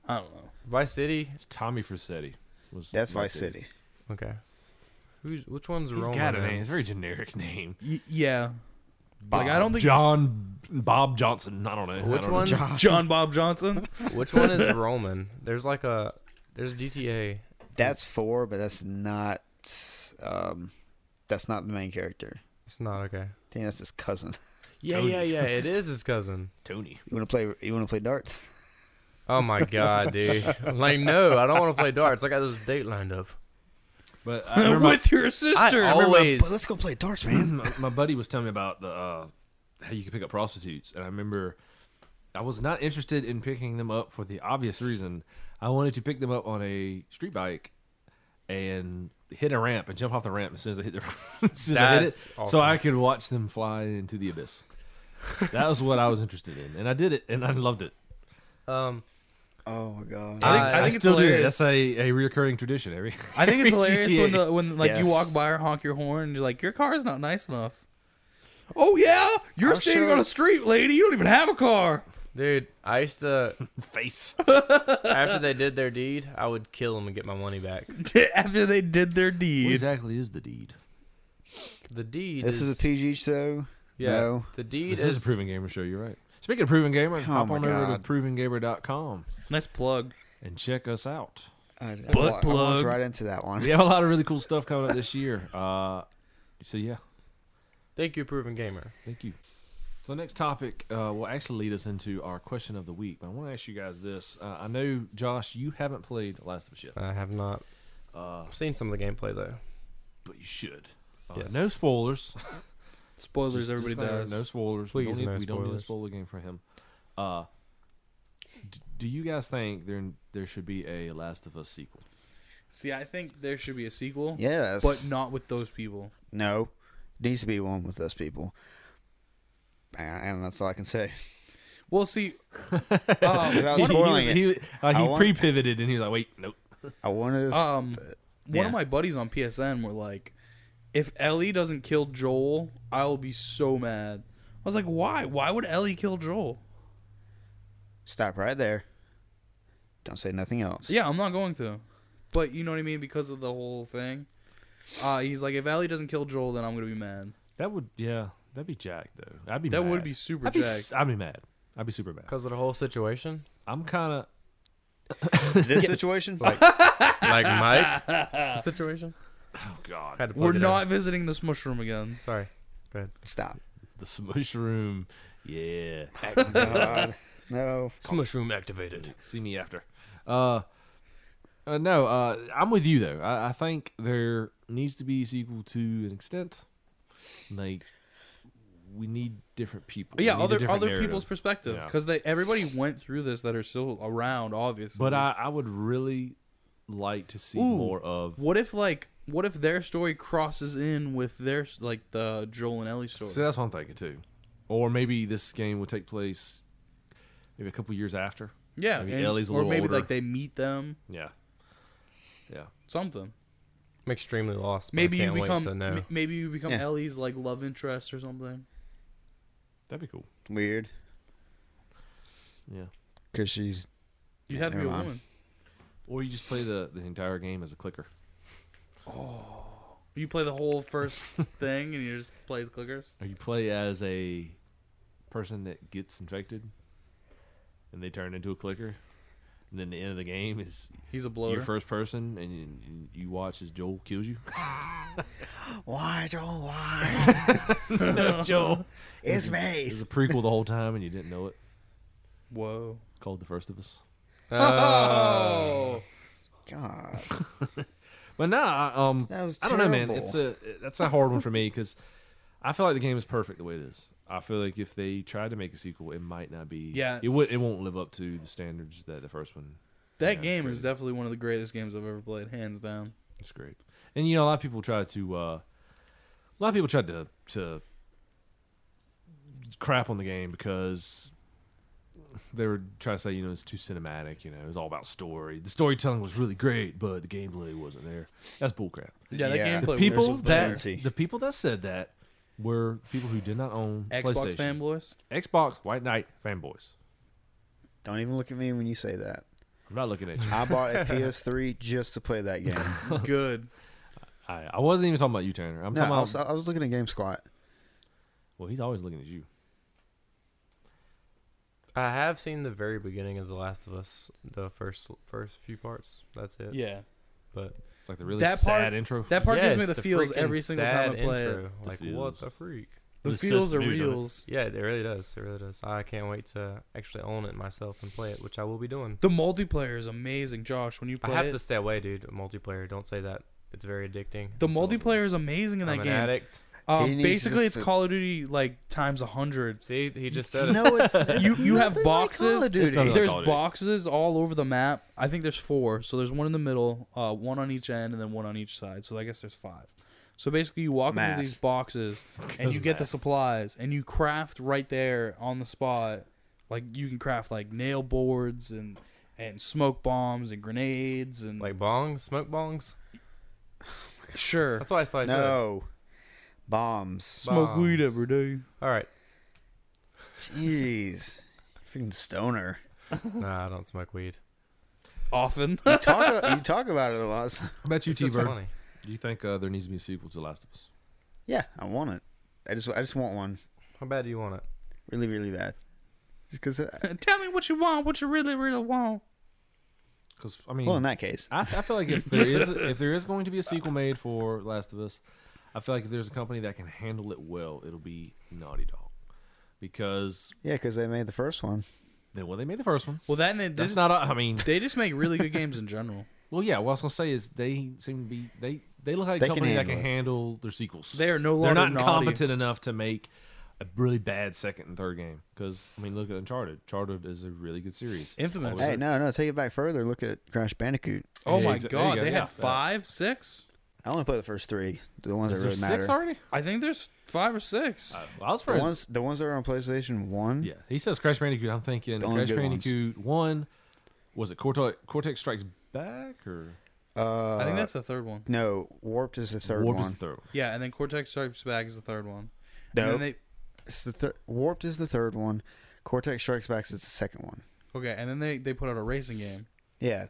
E: I don't know.
D: Vice City.
B: It's Tommy Frisetti. Was
C: That's Vice City.
D: Okay. Who's which one's
B: He's
D: Roman?
B: got a
D: in?
B: name. It's a very generic name.
E: Y- yeah. Like I
C: Bob
E: don't think
B: John Bob Johnson. I don't know. I
D: Which
B: don't know.
D: one's
E: it's John Bob Johnson.
D: Which one is Roman? There's like a there's GTA.
C: That's four, but that's not. Um, that's not the main character.
D: It's not okay.
C: I think that's his cousin.
D: Yeah, yeah, yeah. It is his cousin.
B: Tony.
C: You want to play? You want to play darts?
D: Oh my god, dude! Like, no, I don't want to play darts. I got this date lined up.
B: But I remember my-
E: with your sister.
D: I
B: remember my-
D: always.
C: But let's go play darts, man.
B: my, my buddy was telling me about the uh, how you could pick up prostitutes, and I remember I was not interested in picking them up for the obvious reason. I wanted to pick them up on a street bike and hit a ramp and jump off the ramp as soon as I hit the as soon as I hit
D: That's
B: it,
D: awesome.
B: so I could watch them fly into the abyss. That was what I was interested in, and I did it, and I loved it.
D: um,
C: Oh my god.
D: I-
B: I,
D: I
E: think it's
B: still do. it.
E: hilarious.
B: That's a, a reoccurring tradition. Every
E: I think it's
B: every
E: hilarious
B: GTA.
E: when the when like you
C: Yes.
E: walk by or honk your horn and you're like, your car's not nice enough. Oh yeah, you're
C: I'm
E: standing
C: sure-
E: on a street, lady. You don't even have a car.
D: dude, I used to
B: face.
D: after they did their deed, I would kill them and get my money back.
E: After they did their
B: What
E: deed,
B: exactly is the deed?
D: The deed.
C: This is a PG show.
D: Yeah.
C: No.
D: The deed
B: This is a
D: is.
B: Proven Gamer show. You're right. Speaking of Proven Gamer, hop
C: Oh my
B: on over
C: God.
B: to provengamer.com
E: nice plug.
B: and check us out.
C: I just,
E: Butt
C: I, walked- I walked
E: plug.
C: right into that one.
B: We have a lot of really cool stuff coming up this year. Uh, so yeah,
D: Thank you, proven gamer.
B: thank you. So next topic uh, will actually lead us into our question of the week. But I want to ask you guys this. Uh, I know Josh, you haven't played Last of Us yet,
D: I have not
B: uh,
D: seen some of the gameplay though.
B: but you should. Uh,
D: Yes.
B: No spoilers.
E: Spoilers,
B: Just-
E: everybody
B: just no-
E: does.
B: No spoilers. we
D: Please,
B: don't need,
D: no
B: we don't need a
D: spoilers.
B: spoiler game for him. Uh, d- do you guys think there there should be a Last of Us sequel?
E: See, I think there should be a sequel,
C: Yes.
E: but not with those people.
C: No. Needs to be one with those people. And and that's all I can say.
E: Well, see, um,
C: Without
B: He- he
C: spoiling
B: was-
C: it,
B: he- uh,
C: I
B: he
C: want-
B: pre-pivoted and he was like, "Wait, nope."
C: I wanted to.
E: um, one
C: Yeah.
E: of my buddies on PSN were like, "If Ellie doesn't kill Joel, I will be so mad." I was like, "Why? Why would Ellie kill Joel?"
C: stop right there. Don't say nothing else.
E: Yeah, I'm not going to. But you know what I mean because of the whole thing. Uh, he's like, if Ellie doesn't kill Joel, then I'm gonna be mad.
B: That would, yeah, that'd be Jack though. I'd be
E: That
B: mad.
E: would be super
B: I'd be,
E: jacked.
B: s- I'd be mad. I'd be super mad.
D: Because of the whole situation.
B: I'm kind of
C: This situation? Like,
D: Like Mike situation.
B: oh god,
D: Had to plug
E: We're
D: it in.
E: not visiting this mushroom again.
D: Sorry.
C: stop.
B: the smush room. Yeah,
C: God. No.
D: Smush room activated.
B: see me after. Uh, uh, no, uh, I'm with you though. I, I think there needs to be a sequel to an extent. Like, we need different people.
E: But yeah,
B: We need a
E: other
B: different
E: other
B: narrative.
E: people's perspective
B: Yeah.
E: because they everybody went through this that are still around, obviously.
B: But I, I would really like to see
E: Ooh.
B: more of.
E: what if like what if their story crosses in with their s- like the Joel and Ellie story?
B: So that's what I'm thinking too. Or maybe this game will take place maybe a couple years after.
E: yeah,
B: maybe
E: and-
B: Ellie's a
E: or
B: little
E: maybe
B: older.
E: like they meet them
B: Yeah. Yeah.
E: something.
D: I'm extremely lost. but
E: Maybe
D: I
E: you
D: can't
E: become
D: wait to know.
E: m- maybe you become
C: Yeah.
E: Ellie's like love interest or something.
B: That'd be cool.
C: Weird.
B: Yeah.
C: Because she's.
E: You'd
C: Yeah,
E: have to be a
C: never mind.
E: woman.
B: Or you just play the, the entire game as a clicker.
E: You play the whole first thing and you just play as clickers.
B: Or you play as a person that gets infected and they turn into a clicker. And then the end of the game is
E: He's a
B: your
E: bloater.
B: first person and you, you watch as Joel kills you.
C: Why, Joel? Why?
B: Joel.
C: it's
B: It's
C: me.
B: a prequel the whole time and you didn't know it.
E: Whoa.
B: Called The First of Us.
D: Uh,
E: Oh.
C: God.
B: But nah, um,
C: That was
B: I don't know, man.
C: terrible.
B: It's a that's a hard one for me because I feel like the game is perfect the way it is. I feel like if they tried to make a sequel, it might not be.
E: Yeah.
B: it would. It won't live up to the standards that the first one.
E: That
B: Yeah,
E: game is
B: crazy.
E: definitely one of the greatest games I've ever played, hands down.
B: It's great, and you know a lot of people try to. Uh, a lot of people tried to to crap on the game because they were trying to say you know it's too cinematic. You know, it was all about story. The storytelling was really great, but the gameplay wasn't there. That's bullcrap.
E: Yeah, that
C: Yeah.
E: gameplay
C: There's
B: people
E: was
C: some
B: that
C: fluency.
B: the people that said that were people who did not own
E: Xbox
B: PlayStation.
E: fanboys.
B: Xbox White Knight fanboys.
C: Don't even look at me when you say that.
B: I'm not looking at you.
C: I bought a PS3 just to play that game.
E: Good.
B: I, I wasn't even talking about you, Tanner. I'm
C: no,
B: talking
C: I
B: about.
C: was, I was looking at Game Squat.
B: well, he's always looking at you.
D: I have seen the very beginning of The Last of Us, the first first few parts. That's it.
E: Yeah.
D: But
B: Like the really
E: That part-
B: sad intro.
E: That part
D: Yes,
E: gives me the, feels
D: freaking
E: every single time
D: sad
E: I play it.
D: Like
B: The feels.
D: what the freak?
E: The
F: It sets
E: feels
F: the
E: are
F: mood on it.
E: reals.
D: Yeah, it really does. It really does. I can't wait to actually own it myself and play it, which I will be doing.
E: The multiplayer is amazing, Josh. When you
D: I
E: play
D: have
E: it,
D: to stay away, dude. Multiplayer. Don't say that. It's very addicting.
E: the
D: So,
E: multiplayer is amazing in
D: I'm
E: that
D: an
E: game.
D: addict.
C: He
E: Um,
C: needs
E: basically,
C: just
E: it's
C: to-
E: Call of Duty like times a hundred.
D: See, he just said it.
C: No, it's, it's
E: You you have
C: nothing like
E: boxes.
C: Call of Duty.
F: nothing like
E: there's
F: Call of Duty.
E: boxes all over the map. I think there's four. So there's one in the middle, uh, one on each end, and then one on each side. So I guess there's five. So basically, you walk
C: Math.
E: into these boxes and
F: That's
E: you get the
F: math.
E: supplies and you craft right there on the spot. Like you can craft like nail boards and and smoke bombs and grenades and
D: Like bongs, smoke bongs.
E: sure
D: That's why I started.
C: no bombs.
E: smoke weed
D: bombs.
E: every day.
D: All right.
C: Jeez, freaking stoner.
D: Nah, I don't smoke weed.
E: Often.
C: You talk you talk about it a lot. so-
B: How about you,
D: It's just
B: T-Bird?
D: funny.
B: Do you think uh, there needs to be a sequel to Last of Us?
C: Yeah, I want it. I just I just want one
D: How bad do you want it?
C: really really bad. Just uh, because.
E: Tell me what you want. What you really really want.
B: Because I mean,
C: Well, in that case,
B: I, I feel like if there is if there is going to be a sequel made for Last of Us, I feel like if there's a company that can handle it well, it'll be Naughty Dog, because
C: yeah, because they made the first one.
B: they, well they made the first one.
E: Well, then they, they,
B: That's
E: just,
B: not. A, I mean,
E: they just make really good games in general.
B: well, yeah. What I was gonna say is they seem to be they they look like
C: They
B: a
C: can
B: company that can
C: handle it.
B: handle their sequels.
E: They are no
B: They're not
E: longer naughty.
B: competent enough to make a really bad second and third game. Because I mean, look at Uncharted. Uncharted is a really good series.
E: Infamous.
B: Always-
C: Hey, no, no, take it back further. Look at Crash Bandicoot.
E: Oh
B: Yeah,
E: my
B: exa- there you
E: god,
B: go,
E: they
B: yeah.
E: had five, six.
C: I only play the first three, the ones
B: Is
C: that
B: there
C: really matter.
B: six already?
E: I think there's five or six.
B: Uh, well, I was
C: the
B: for
C: ones, the ones that are on PlayStation One.
B: Yeah, he says Crash Bandicoot. I'm thinking
C: The only
B: Crash
C: good ones.
B: Bandicoot one. Was it Cortex, Cortex Strikes Back or
C: Uh,
E: I think that's the third one.
C: no. Warped is the third
B: Warped
C: one.
B: Is the third one.
E: Yeah, and then Cortex Strikes Back is the third one.
C: no,
E: And then
C: it's the thir- Warped is the third one. Cortex Strikes Back is the second one.
E: they okay, and then they they put out a racing game,
C: Yeah,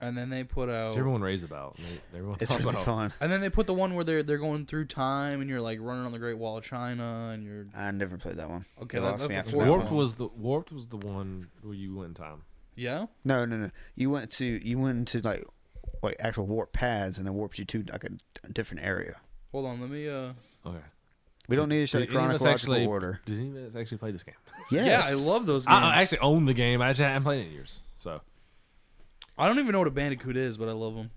E: and then they put out.
B: Which everyone raves about. They, everyone
C: it's
B: talks
C: really
B: about.
C: fun.
E: And then they put the one where they're they're going through time, and you're like running on the Great Wall of China, and you're
C: I never played that one.
E: okay.
C: They
E: That,
C: lost
E: that's
C: me
E: the
C: after
E: fourth
C: that
B: Warped
E: one.
B: was the Warped was the one where you went in time.
E: yeah.
C: No, no, no. You went to you went into like like actual warp pads, and then warped you to like a d- different area.
E: Hold on, let me. uh
B: Okay.
C: We don't need to show the
B: Did any of us
C: chronological
B: actually-
C: order.
B: Did any of us actually play this game?
C: Yes.
E: Yeah, I love those games.
B: I, I
E: I,
B: Uh, actually own the game. I just haven't played it in years. So
E: don't even know what a Bandicoot is, but I love them.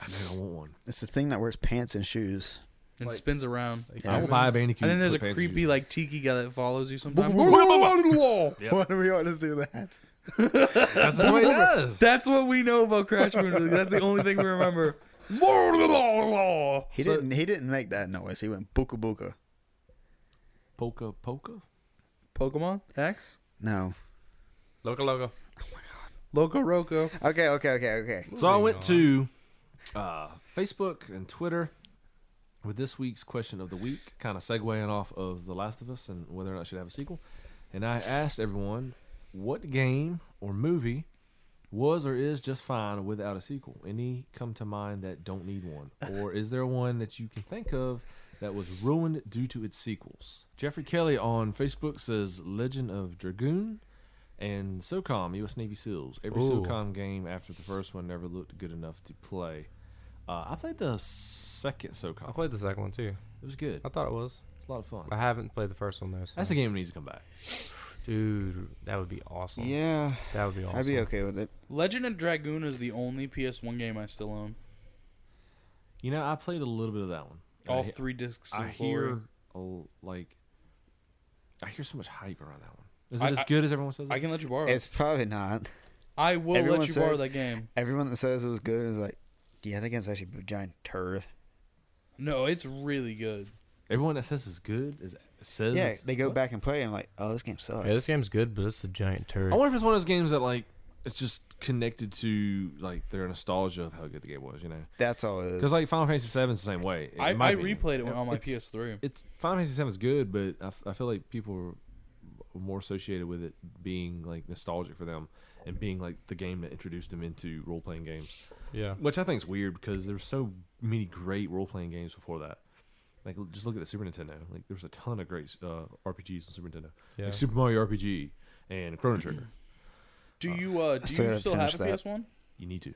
B: I mean, I want one.
C: It's the thing that wears pants and shoes.
E: And
D: Like-
E: spins around.
D: Like
B: I will
D: humans?
B: buy a Bandicoot.
E: And then there's a
B: with fancy
E: creepy
B: shoes.
E: like tiki guy that follows you sometimes.
B: Yep.
C: Why do we always do that?
B: That's the way it does.
E: That's what we know about Crash Bandicoot. That's the only thing we remember.
C: He didn't. He didn't make that noise. He went buka buka.
B: Polka polka.
E: Pokemon X,
C: No.
D: Loco Loco.
E: Loco Roco.
C: Okay. Okay. Okay. Okay.
B: So I
D: Moving
B: went
D: on.
B: to uh, Facebook and Twitter with this week's question of the week, kind of segueing off of The Last of Us and whether or not it should have a sequel. And I asked everyone what game or movie was or is just fine without a sequel. Any come to mind that don't need one, or is there one that you can think of that was ruined due to its sequels? Jeffrey Kelly on Facebook says Legend of Dragoon and SOCOM U.S. Navy SEALs. Every
D: Ooh.
B: SOCOM game after the first one never looked good enough to play. Uh, I played the second
D: I
B: SOCOM.
D: played the second one too.
B: It was good.
D: I thought it was.
B: It's a lot of fun.
D: I haven't played the first one though. So.
B: That's a game that needs to come back.
D: Dude, that would be awesome.
C: Yeah.
D: That would be awesome.
C: I'd be okay with it.
E: Legend of Dragoon is the only PS1 game I still own.
B: You know, I played a little bit of that one. And
E: All
B: I-
E: three discs. Of
B: I
E: glory.
B: hear a l- like I hear so much hype around that one. Is it
E: I-
B: as
E: I-
B: good as everyone says?
E: I
B: it?
E: can let you borrow. It.
C: It's probably not.
E: I will
C: everyone
E: let you borrow
C: says-
E: that game.
C: Everyone that says it was good is like, yeah, that game's actually a giant turd.
E: No, it's really good.
B: Everyone that says it's good is says
C: Yeah,
B: it's-
C: they go
B: what?
C: back and play and like, oh, this game sucks.
D: Yeah, this game's good, but it's a giant turd.
B: I wonder if it's one of those games that like it's just connected to like their nostalgia of how good the game was, you know?
C: That's all it is.
B: Because like Final Fantasy VII is the same way. in
E: I,
B: my
E: I
B: opinion.
E: replayed it on my
B: It's-
E: PS3.
B: It's Final Fantasy VII is good, but I, f- I feel like people are more associated with it being like nostalgic for them and being like the game that introduced them into role playing games.
D: yeah.
B: which I think is weird because there's so many great role playing games before that. Like l- just look at the Super Nintendo. Like there's a ton of great uh, RPGs on Super Nintendo,
D: Yeah.
B: like Super Mario RPG and Chrono Trigger.
E: Do you uh, do
C: still
E: you
C: gotta
E: still have a
C: finish that.
E: PS1?
B: you need to.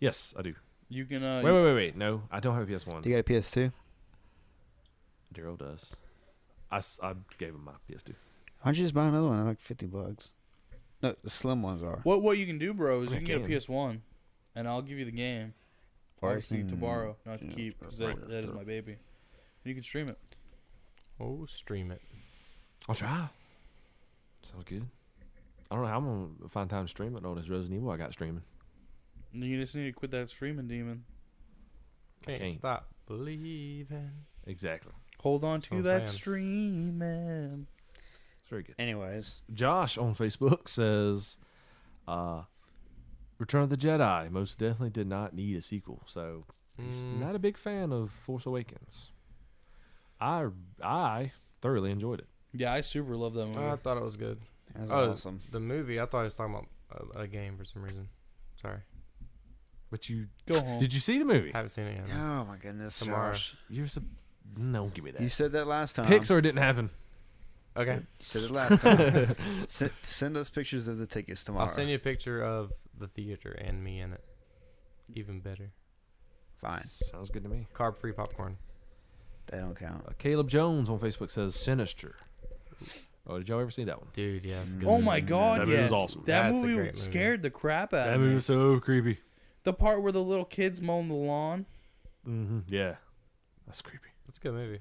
B: Yes, I do.
E: You can. Uh,
B: Wait, wait, wait, wait. No, I don't have a PS
C: Do
B: One.
C: you got a PS2?
B: Daryl does. I, s- I gave him my PS2.
C: Why don't you just buy another one? I like fifty bucks. No, the slim ones are.
E: What what you can do, bro, is
B: I
E: you can get a
B: can.
E: PS One, and I'll give you the game.
C: Or I
E: Obviously, to
C: can-
E: borrow, not to
C: yeah,
E: keep, because
C: right,
E: that, that is
C: sure.
E: my baby. And you can stream it.
D: Oh, stream it.
B: I'll try. Sounds good. I don't know how I'm gonna find time to stream it. All this Resident Evil I got streaming.
E: And You just need to quit that streaming demon.
D: Can't,
B: can't.
D: stop believing.
B: Exactly.
E: Hold on
D: what
E: to
D: I'm
E: that
D: saying.
E: streaming.
B: It's very good.
C: Anyways,
B: Josh on Facebook says, uh, "Return of the Jedi most definitely did not need a sequel." So he's
D: Mm.
B: not a big fan of Force Awakens. I I thoroughly enjoyed it.
E: Yeah, I super love that
C: Mm.
E: movie.
D: I thought it was good.
C: that's
D: Oh,
C: awesome.
D: The movie, I thought he was talking about a, a game for some reason. Sorry.
B: But you
E: Go home.
B: did you see the movie?
D: haven't seen it yet.
C: Oh my goodness,
D: Tomorrow.
C: Josh.
B: You're sup- no, give me that.
C: You said that last time.
B: Pixar didn't happen.
D: Okay.
C: Said it last time. send, send us pictures of the tickets tomorrow.
D: I'll send you a picture of the theater and me in it. Even better.
C: Fine.
B: Sounds good to me.
D: Carb free popcorn.
C: They don't count.
B: Uh, Caleb Jones on Facebook says Sinister. Oh, did y'all ever see that one?
D: Dude, yes. good.
E: oh my god,
B: That movie
E: yes.
B: was awesome.
E: That
D: That's a
E: movie
D: great movie.
E: scared the crap out
B: That
E: of me.
B: movie was so creepy.
E: The part where the little kids mowing the lawn.
B: hmm Yeah, that's creepy.
D: That's a good movie.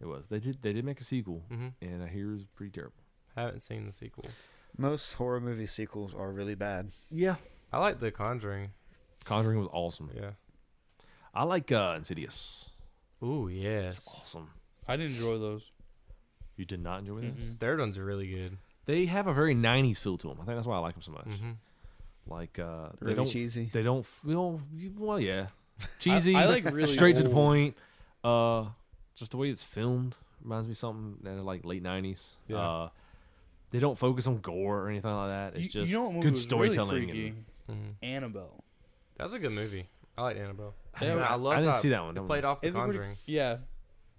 B: It was. They did. They did make a sequel,
D: hmm
B: and I hear it was pretty terrible.
D: Haven't seen the sequel.
C: Most horror movie sequels are really bad.
B: Yeah,
D: I like The Conjuring.
B: Conjuring was awesome.
D: Yeah.
B: I like uh, Insidious.
D: Ooh,
B: It's
D: yes.
B: awesome.
E: I didn't enjoy those.
B: You did not enjoy that.
E: Mm-mm.
D: Third one's really good.
B: They have a very '90s feel to them. I think that's why I like them so much.
D: hmm
B: Like uh, they
C: Really
B: don't.
C: cheesy.
B: They don't feel. Well, yeah, cheesy.
E: I like really
B: straight to the
E: old-
B: point. Uh, just the way it's filmed reminds me of something that are, like late '90s.
D: Yeah.
B: Uh, they don't focus on gore or anything like that. It's
E: You-
B: just
E: you know what movie
B: good
E: was
B: storytelling.
E: Really
B: and-
E: freaky?
D: hmm
E: Annabelle.
D: That's a good movie. I like Annabelle.
B: I, didn't-
D: I,
B: I
D: love
B: didn't
D: how
B: see that one.
D: It
B: that one-
D: played off The
E: It's a pretty-
D: Conjuring.
E: Yeah.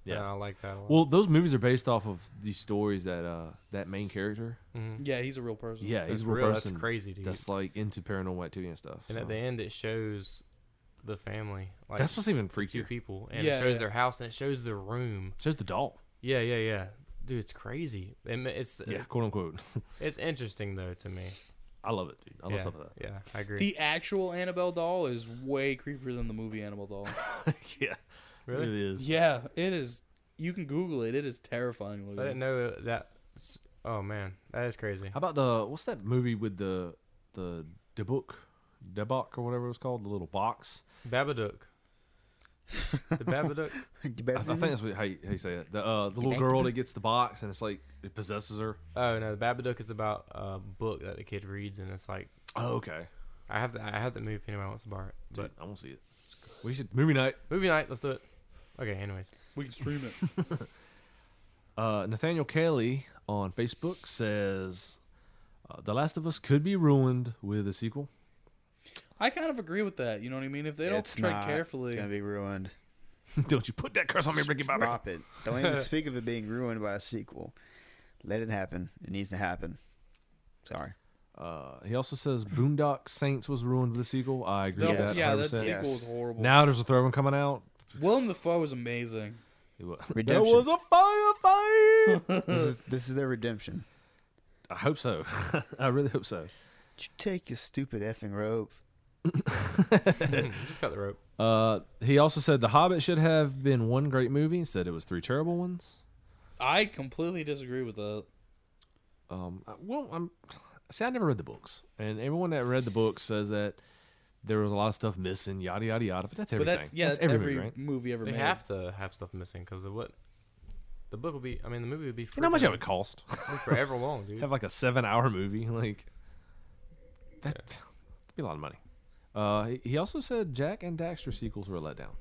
B: Yeah.
D: Yeah. I like that a lot.
B: Well, those movies are based off of these stories that uh that main character.
D: Mhm.
E: Yeah, he's a real person.
B: Yeah,
D: That's
B: he's a real,
D: real.
B: person.
D: That's crazy, dude.
B: that's like into paranormal activity and stuff.
D: and
B: so.
D: at the end, it shows the family. Like,
B: that's what's even
D: the two
B: freakier.
D: people, and
E: Yeah,
D: it shows
E: yeah.
D: their house and it shows their room.
B: It's Just the doll.
D: Yeah, yeah, yeah. Dude, it's crazy. It ma- It's
B: Yeah, quote unquote.
D: it's interesting though to me.
B: I love it, dude. I love
D: yeah,
B: stuff like that.
D: Yeah, I agree.
E: The actual Annabelle doll is way creepier than the movie Annabelle doll.
B: yeah,
D: really?
B: it is.
E: yeah, it is. You can Google it. It is terrifying.
D: I didn't
E: Looking.
D: know that. s- Oh man, that is crazy.
B: How about the what's that movie with the the the book, Debok or whatever it was called, the little box.
D: Babadook. the Babadook.
B: I, I think that's what, how, you, how you say it. The uh, the little girl that gets the box and it's like it possesses her.
D: Oh no, the Babadook is about a book that the kid reads, and it's like
B: Oh, okay.
D: I have to I have the movie if anyone wants to borrow it.
B: Dude,
D: But
B: I won't see it. We should movie night.
D: movie night, let's do it. Okay, anyways.
E: We can stream it.
B: Uh, Nathaniel Kelly on Facebook says, uh, "The Last of Us could be ruined with a sequel."
E: I kind of agree with that. You know what I mean? If they don't
C: it's
E: tread
C: not
E: carefully,
C: gonna be ruined.
B: Don't you put that curse on me, Ricky Bobby?
C: Drop it. Don't even speak of it being ruined by a sequel. Let it happen. It needs to happen. Sorry.
B: Uh, he also says Boondock Saints was ruined with a sequel. I agree
E: they'll-
B: with
C: Yes.
B: that.
E: yeah, that
B: 100%.
E: sequel
C: Yes.
E: was horrible.
B: Now there's a third one coming out.
E: Willem Dafoe was amazing.
B: It wa- There
C: Redemption.
B: was a firefight.
C: this, is, this is their redemption.
B: I hope so. I really hope so.
C: Did you take your stupid effing rope?
D: just cut the rope.
B: Uh, he also said The Hobbit should have been one great movie. Instead, it was three terrible ones.
E: I completely disagree with that.
B: Um, I- well, I'm see, I never read the books, and everyone that read the books says that there was a lot of stuff missing, yada yada yada. But that's
E: But
B: everything.
E: that's yeah, that's, every, movie, ever
D: They
E: made.
D: have to have stuff missing because of what the book would be. I mean, the movie would be.
B: You know how much
D: freaking-
B: that would cost?
D: be forever long, dude.
B: have like a seven-hour movie, like that. would be a lot of money. Uh, he- he also said Jack and Daxter sequels were a letdown.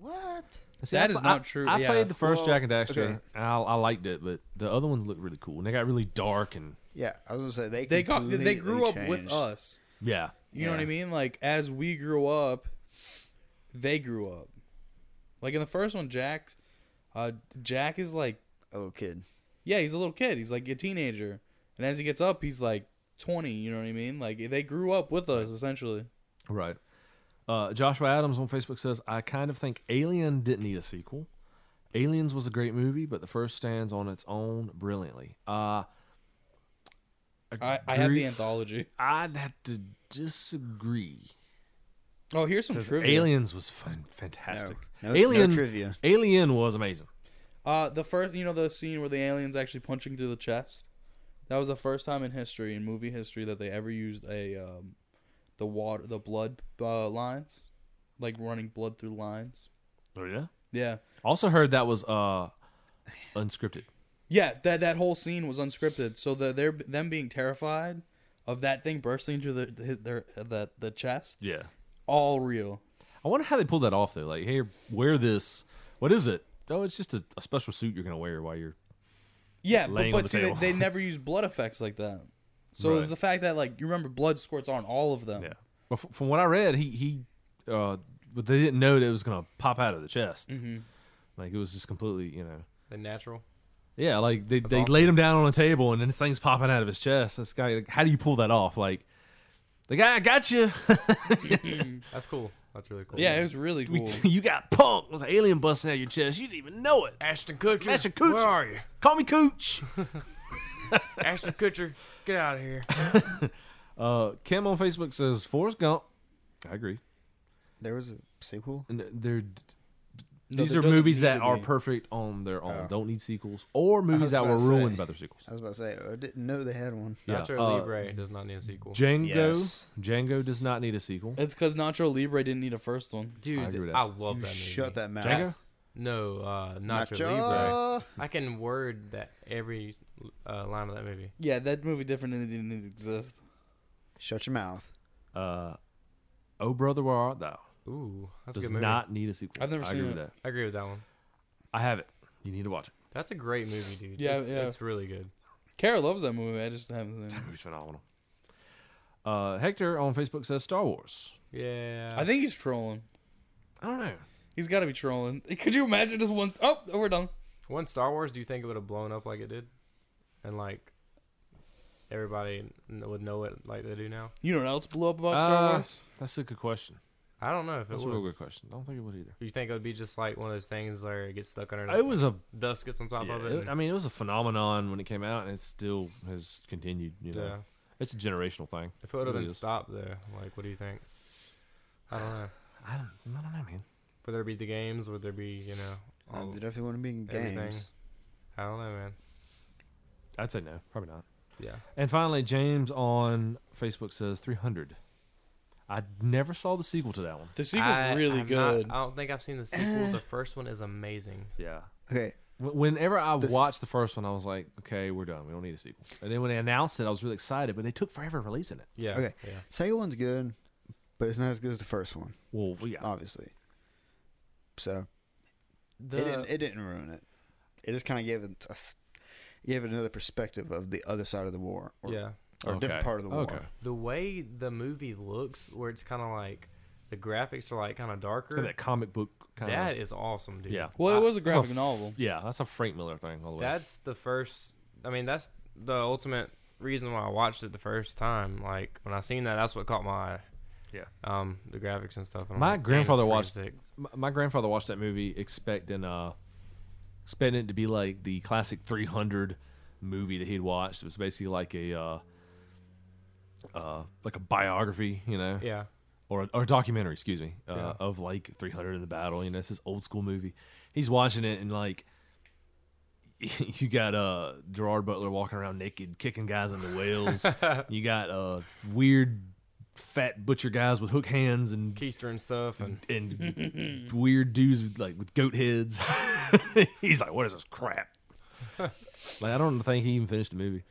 C: What?
E: That
B: That
E: is
B: is
E: not true,
B: I
E: yeah.
B: played the first
C: Well,
B: Jack and Daxter,
C: okay.
B: and I, I liked it, but the other ones looked really cool, and they got really dark and
C: Yeah, I was gonna say they
E: They got they
C: completely
E: grew up with
C: changed.
E: us.
B: yeah.
E: You know what I
C: Yeah.
E: mean? Like as we grew up, they grew up. Like in the first one, Jack's uh, Jack is like
C: A little kid.
E: yeah, he's a little kid. He's like a teenager, and as he gets up, he's like twenty. You know what I mean? Like they grew up with us essentially.
B: Right. Uh, Joshua Adams on Facebook says, I kind of think Alien didn't need a sequel. Aliens was a great movie, but the first stands on its own brilliantly. Uh,
E: I, I have
B: agree-
E: the anthology.
B: I'd have to disagree.
E: Oh, here's some
B: 'Cause
E: trivia.
B: Aliens was fun, fantastic.
C: No, no
B: Alien
C: trivia.
B: Alien was amazing.
E: Uh, the first, you know, the scene where the aliens actually punching through the chest. That was the first time in history, in movie history, that they ever used a um, the water, the blood uh, lines, like running blood through lines.
B: Oh yeah.
E: Yeah,
B: Also heard that was uh unscripted.
E: yeah. That that whole scene was unscripted, so the, they're them being terrified of that thing bursting through the his, their the the chest,
B: Yeah.
E: all real.
B: I wonder how they pulled that off though. Like, hey, wear this. What is it? Oh, it's just a, a special suit you're gonna wear while you're.
E: Yeah, but,
B: laying on
E: but
B: the
E: see, they,
B: table.
E: they never use blood effects like that. So it was
B: Right.
E: the fact that like you remember blood squirts on all of them.
B: But f- from what I read, he he, uh, but they didn't know that it was gonna pop out of the chest.
C: Mm-hmm.
B: Like it was just completely, you know.
D: The natural.
B: Yeah, like they, they
D: awesome.
B: laid him down on a table and then this thing's popping out of his chest. This guy, like, how do you pull that off? Like, the guy, I got you.
D: That's cool. That's really cool.
E: Yeah, it was really
B: We-
E: cool.
B: you got punked. It was an alien busting out of your chest. You didn't even know it.
F: Ashton Kutcher.
B: Ashton Kutcher.
F: Where are you?
B: Call me Cooch.
F: Ashton Kutcher, get out of here.
B: Uh, Kim on Facebook says Forrest Gump. I agree.
C: There was a sequel.
B: And they're
E: No,
B: these
E: there
B: are
E: doesn't
B: movies
E: need to
B: that are
E: be.
B: perfect on their own.
C: Oh.
B: Don't need sequels or movies
C: was
B: that
C: about
B: were
C: to say.
B: ruined by their sequels.
C: I was about to say I didn't know they had one.
B: Yeah,
D: Nacho
B: uh,
D: Libre does not need a sequel.
B: Django.
C: Yes.
B: Django does not need a sequel.
E: It's because Nacho Libre didn't need a first one.
B: I agree with
D: Dude,
B: that.
D: I, love
C: You
D: that movie.
C: shut that mouth.
B: Django.
D: No, uh, Nacho, Libre.
C: Nacho.
D: I can word that every uh, line of that movie.
E: Yeah, that movie different and it didn't exist.
C: Shut your mouth.
B: Uh, oh brother, where art thou?
D: Ooh, that's a
B: does
D: good movie.
B: not need a sequel.
E: I've never
B: I
E: seen
B: agree
E: it.
B: with that.
D: I agree with that one.
B: I have it. You need to watch it.
D: That's a great movie, dude.
E: Yeah,
D: it's,
E: yeah.
D: it's really good.
E: Kara loves that movie. I just haven't seen
B: That
E: it.
B: movie's phenomenal. Uh, Hector on Facebook says Star Wars.
D: Yeah,
E: I think he's trolling.
B: I don't know.
E: He's got to be trolling. Could you imagine just one oh we're done.
D: One Star Wars, do you think it would have blown up like it did, and like everybody kn- would know it like they do now?
E: You know what else blew up about Star
B: Uh,
E: Wars?
B: That's a good question.
D: I don't know if it
B: That's a
D: would.
B: real good question. I don't think it would either.
D: You think it would be just like one of those things where it gets stuck under
B: It was a.
D: dust gets on top
B: yeah,
D: of it?
B: it-
D: and-
B: I mean, it was a phenomenon when it came out, and it still has continued. You know,
D: yeah.
B: it's a generational thing.
D: If it would have
B: really
D: been
B: is.
D: stopped there, like, what do you think? I don't know.
B: I don't, I don't know, man.
D: Would there be the games? Would there be, you know,
C: Um,
D: all-
C: they definitely want to be in
D: Oh, everything.
C: games.
D: I don't know, man.
B: I'd say no, probably not.
D: Yeah.
B: And finally, James on Facebook says 300. I never saw the sequel to that one.
E: The sequel's really
D: I'm not-
E: good.
D: I don't think I've seen the sequel. the first one is amazing.
B: Yeah.
C: Okay,
B: Whenever I
C: This-
B: watched the first one, I was like, okay, we're done. We don't need a sequel. And then when they announced it, I was really excited, but they took forever releasing it.
D: Yeah.
C: Okay.
D: Yeah.
C: second one's good, but it's not as good as the first one,
B: Well, yeah.
C: obviously. So
D: The,
C: it didn't it didn't ruin it. It just kind of gave it a s gave it another perspective of the other side of the war, or,
D: yeah.
C: or a different
B: Okay.
C: part of the war.
B: Okay.
D: The way the movie looks, where it's kind of like the graphics are like kind of darker.
B: Look at that comic book kind
D: that
B: of.
D: is awesome, dude.
B: Yeah.
E: well,
B: I-
E: it was a
B: it's
D: Oh.
E: graphic
B: f-
E: novel.
B: Yeah, that's a Frank Miller thing all the way.
D: That's the first. I mean, that's the ultimate reason why I watched it the first time. Like when I seen that, that's what caught my eye.
B: Yeah.
D: Um, the graphics and stuff. And I'm
B: My
D: like, "Dang,
B: grandfather
D: it's freaking
B: watched-
D: sick."
B: my, my grandfather watched that movie expecting uh expecting it to be like the classic 300 movie that he'd watched it was basically like a uh uh like a biography you know
D: Yeah.
B: or a, or a documentary excuse me uh,
D: Yeah.
B: of like 300 in the battle you know it's this old school movie he's watching it and like you got uh Gerard Butler walking around naked kicking guys in the whales you got uh weird fat butcher guys with hook hands and
D: Keister and stuff, and
B: and weird dudes with, like with goat heads. He's like, "What is this crap?" like, I don't think he even finished the movie.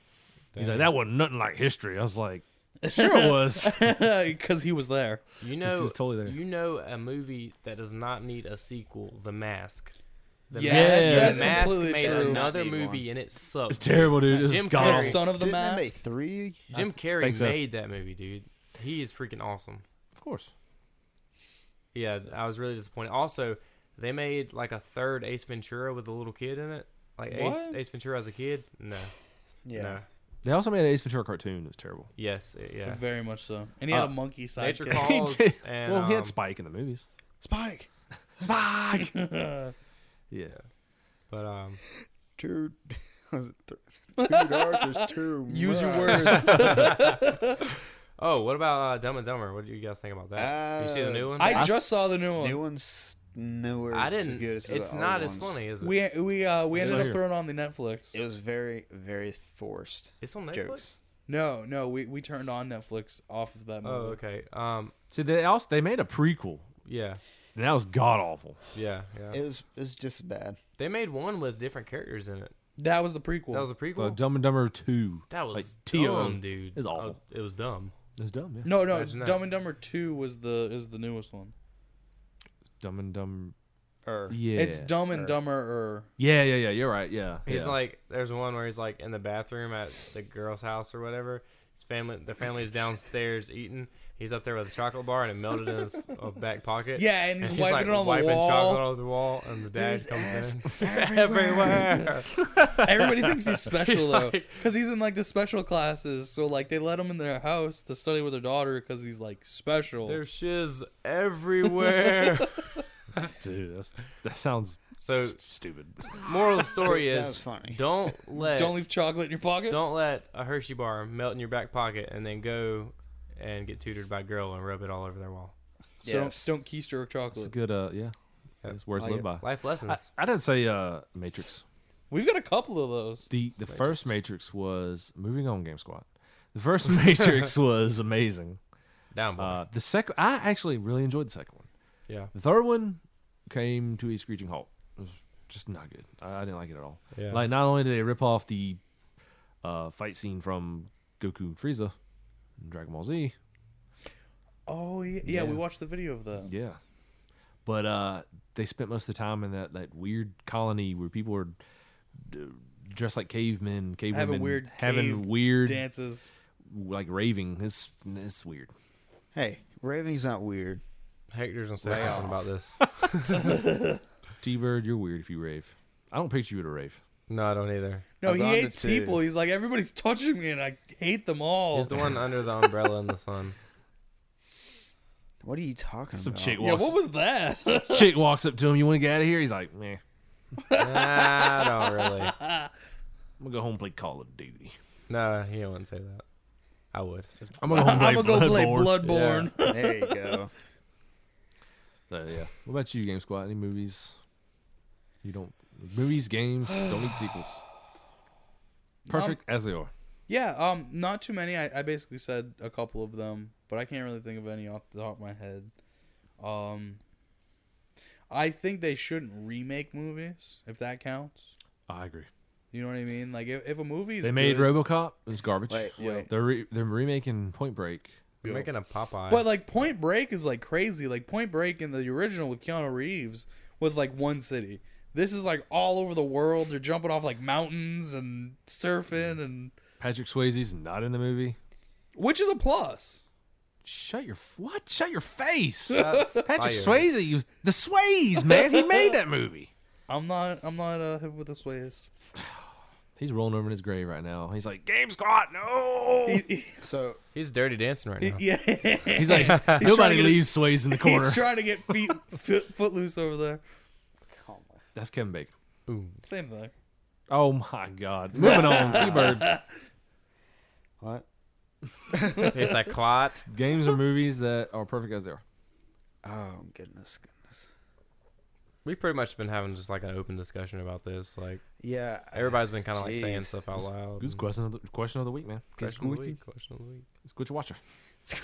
B: He's like, "That wasn't nothing like history." I was like, "Sure it was."
E: Because he was there.
B: Mm-hmm.
D: you know,
B: was totally there.
D: you know, a movie that does not need a sequel, The Mask. The
E: Yeah,
D: Mask,
B: Yeah.
D: the
E: that's
D: Mask
E: completely
D: made
E: true.
D: another
C: Not need
D: movie and it sucked.
B: it's terrible, dude. It's
D: Jim
B: gone.
D: Carrey.
E: Son of the
C: Didn't they
E: mask.
C: make three?
D: Jim Carrey
B: think so.
D: made that movie, dude. He is freaking awesome.
B: Of course.
D: Yeah, I was really disappointed. Also, they made like a third Ace Ventura with a little kid in it. Like Ace,
E: What?
D: Ace Ventura as a kid? No.
C: Yeah.
D: No.
B: They also made an Ace Ventura cartoon. It was terrible.
D: Yes. it- Yeah.
E: Very much so. And he had
B: Uh,
E: a monkey side.
D: Nature
B: He
D: Calls.
B: did.
D: and,
B: well, he
D: um,
B: had Spike in the movies.
C: Spike.
B: Spike. yeah.
D: But um,
C: Two, was it th- two dollars is too
E: Use your
C: much.
E: words.
D: oh, what about uh, Dumb and Dumber? What do you guys think about that? you see the
C: Uh,
D: new one?
E: I
C: s-
E: just saw the new one.
C: New one's nowhere.
D: I
C: As
D: didn't.
C: good as the
D: it's
C: old
D: not as
C: ones.
D: funny, is it?
E: We we uh we
D: It's
E: ended
D: here.
E: up throwing on the Netflix.
C: It was very, very forced
D: it's on Netflix.
C: jokes.
E: No, no, we, we turned on Netflix off of that movie.
D: Oh, okay. Um,
B: See, they also they made a prequel,
D: yeah,
B: and that was god awful.
D: yeah, yeah.
C: It was, it was just bad.
D: they made one with different characters in it.
E: That was the prequel.
D: That was a
B: So
D: prequel.
B: Dumb and Dumber Two.
D: that was
B: like, T.O.
D: dumb, dude.
B: It was awful.
D: Oh, it was dumb.
B: It was dumb. Yeah.
E: no, no,
D: Imagine that.
E: Dumb and Dumber Two was the is the newest one.
B: Dumb and Dumber.
C: Or
B: Yeah.
E: It's Dumb and
C: Or-
E: Dumber er. or
B: Yeah, yeah, yeah. You're right. Yeah.
D: He's
B: yeah.
D: like, there's one where he's like in the bathroom at the girl's house or whatever. His family, the family is downstairs eating. He's up there with a chocolate bar and it melted in his uh, back pocket.
E: Yeah, and he's wiping
D: like,
E: it on the
D: wiping
E: wall.
D: chocolate on the wall, and the dad
C: There's
D: comes
C: ass
D: in
C: everywhere.
D: everywhere.
E: everybody thinks he's special
D: He's
E: though
D: like-
E: because he's in like the special classes. So like they let him in their house to study with their daughter because he's like special.
D: There's shiz everywhere.
B: dude, that's, that sounds
D: so,
B: s- stupid.
D: moral of the story
C: that was
D: is
C: funny.
D: don't let
E: Don't leave chocolate in your pocket.
D: don't let a Hershey bar melt in your back pocket and then go and get tutored by a girl and rub it all over their wall.
E: So
C: Yes.
E: don't keister
B: It's a
E: chocolate.
B: good. Uh, yeah.
D: Yep.
B: It's words
C: I
B: to live by.
C: like
D: Life
B: I,
D: lessons.
B: I didn't say uh, Matrix.
E: We've got a couple of those.
B: The the first Matrix was moving on Game Squad. The first Matrix was amazing.
D: Down boy.
B: Uh, the second, I actually really enjoyed the second one.
D: yeah.
B: The third one came to a screeching halt. It was just not good. I, I didn't like it at all.
D: Yeah.
B: Like not only did they rip off the uh, fight scene from Goku and Frieza, in Dragon Ball Z,
E: Oh yeah, yeah, we
B: Yeah.
E: watched the video of that.
B: yeah, but uh, they spent most of the time in that that weird colony where people were d- dressed like cavemen, cave
E: Having
B: women,
E: weird
B: having
E: cave
B: weird
E: Dances.
B: like raving. It's it's weird.
C: Hey, raving's not weird.
D: Hector's gonna say something about this.
B: T Bird, you're weird if you rave. I don't picture you at a rave.
D: No, I don't either.
E: No,
C: I've
E: he
C: gone to
E: hates
C: two.
E: people. He's like everybody's touching me, and I hate them
B: Oh.
E: all.
D: He's the one under the umbrella in the sun.
C: What are you talking
B: Some
C: about?
B: chick
E: yeah,
B: walks.
E: what was that?
B: chick walks up to him. You want to get out of here? He's like, meh.
D: Nah, don't really.
B: I'm gonna go home and play Call of Duty.
D: No, he wouldn't say that. I would. It's-
B: I'm gonna
E: I'm gonna go play
D: Yeah.
E: Bloodborne.
C: There you go.
B: So, yeah. What about you, Game Squad? Any movies? You don't movies, games. Don't need sequels. Perfect as they are.
E: Yeah, um, not too many. I, I basically said a couple of them, but I can't really think of any off the top of my head. Um, I think they shouldn't remake movies if that counts.
B: I agree.
E: You know what I mean? Like if, if a movie is
B: They made
E: good,
B: RoboCop. It was garbage.
C: Wait, wait.
B: They're re- they're remaking Point Break.
D: We're making a Popeye.
E: but like Point Break is like crazy. Like Point Break in the original with Keanu Reeves was like one city. This is like all over the world. They're jumping off like mountains and surfing and
B: Patrick Swayze's not in the movie.
E: which is a plus.
B: Shut your f- what? Shut your face.
D: Shots
B: uh, Patrick
D: fired.
B: Swayze used the Swayze man. He made that movie.
E: I'm not. I'm not uh, hip with this ways.
B: He's rolling over in his grave right now. He's like, Game Squad, no.
C: So
D: He's dirty dancing right now.
E: yeah.
B: He's like,
E: trying to
B: nobody
E: get a-
B: leaves Swayze in the corner.
E: He's trying to get feet foot, footloose over there.
B: That's Kevin Bacon.
D: Ooh.
E: Same thing.
B: Oh my God! Moving on, T Bird.
C: what?
D: It's like clots.
B: Games or movies that are perfect as they are.
C: Oh goodness, goodness.
D: We've pretty much been having just like an open discussion about this. Like
C: Yeah,
D: everybody's been kind of like saying
C: Jeez.
D: stuff out loud.
B: Who's question of the question of the week, man?
D: question of the week? Question of the week.
B: It's Glitch Watcher.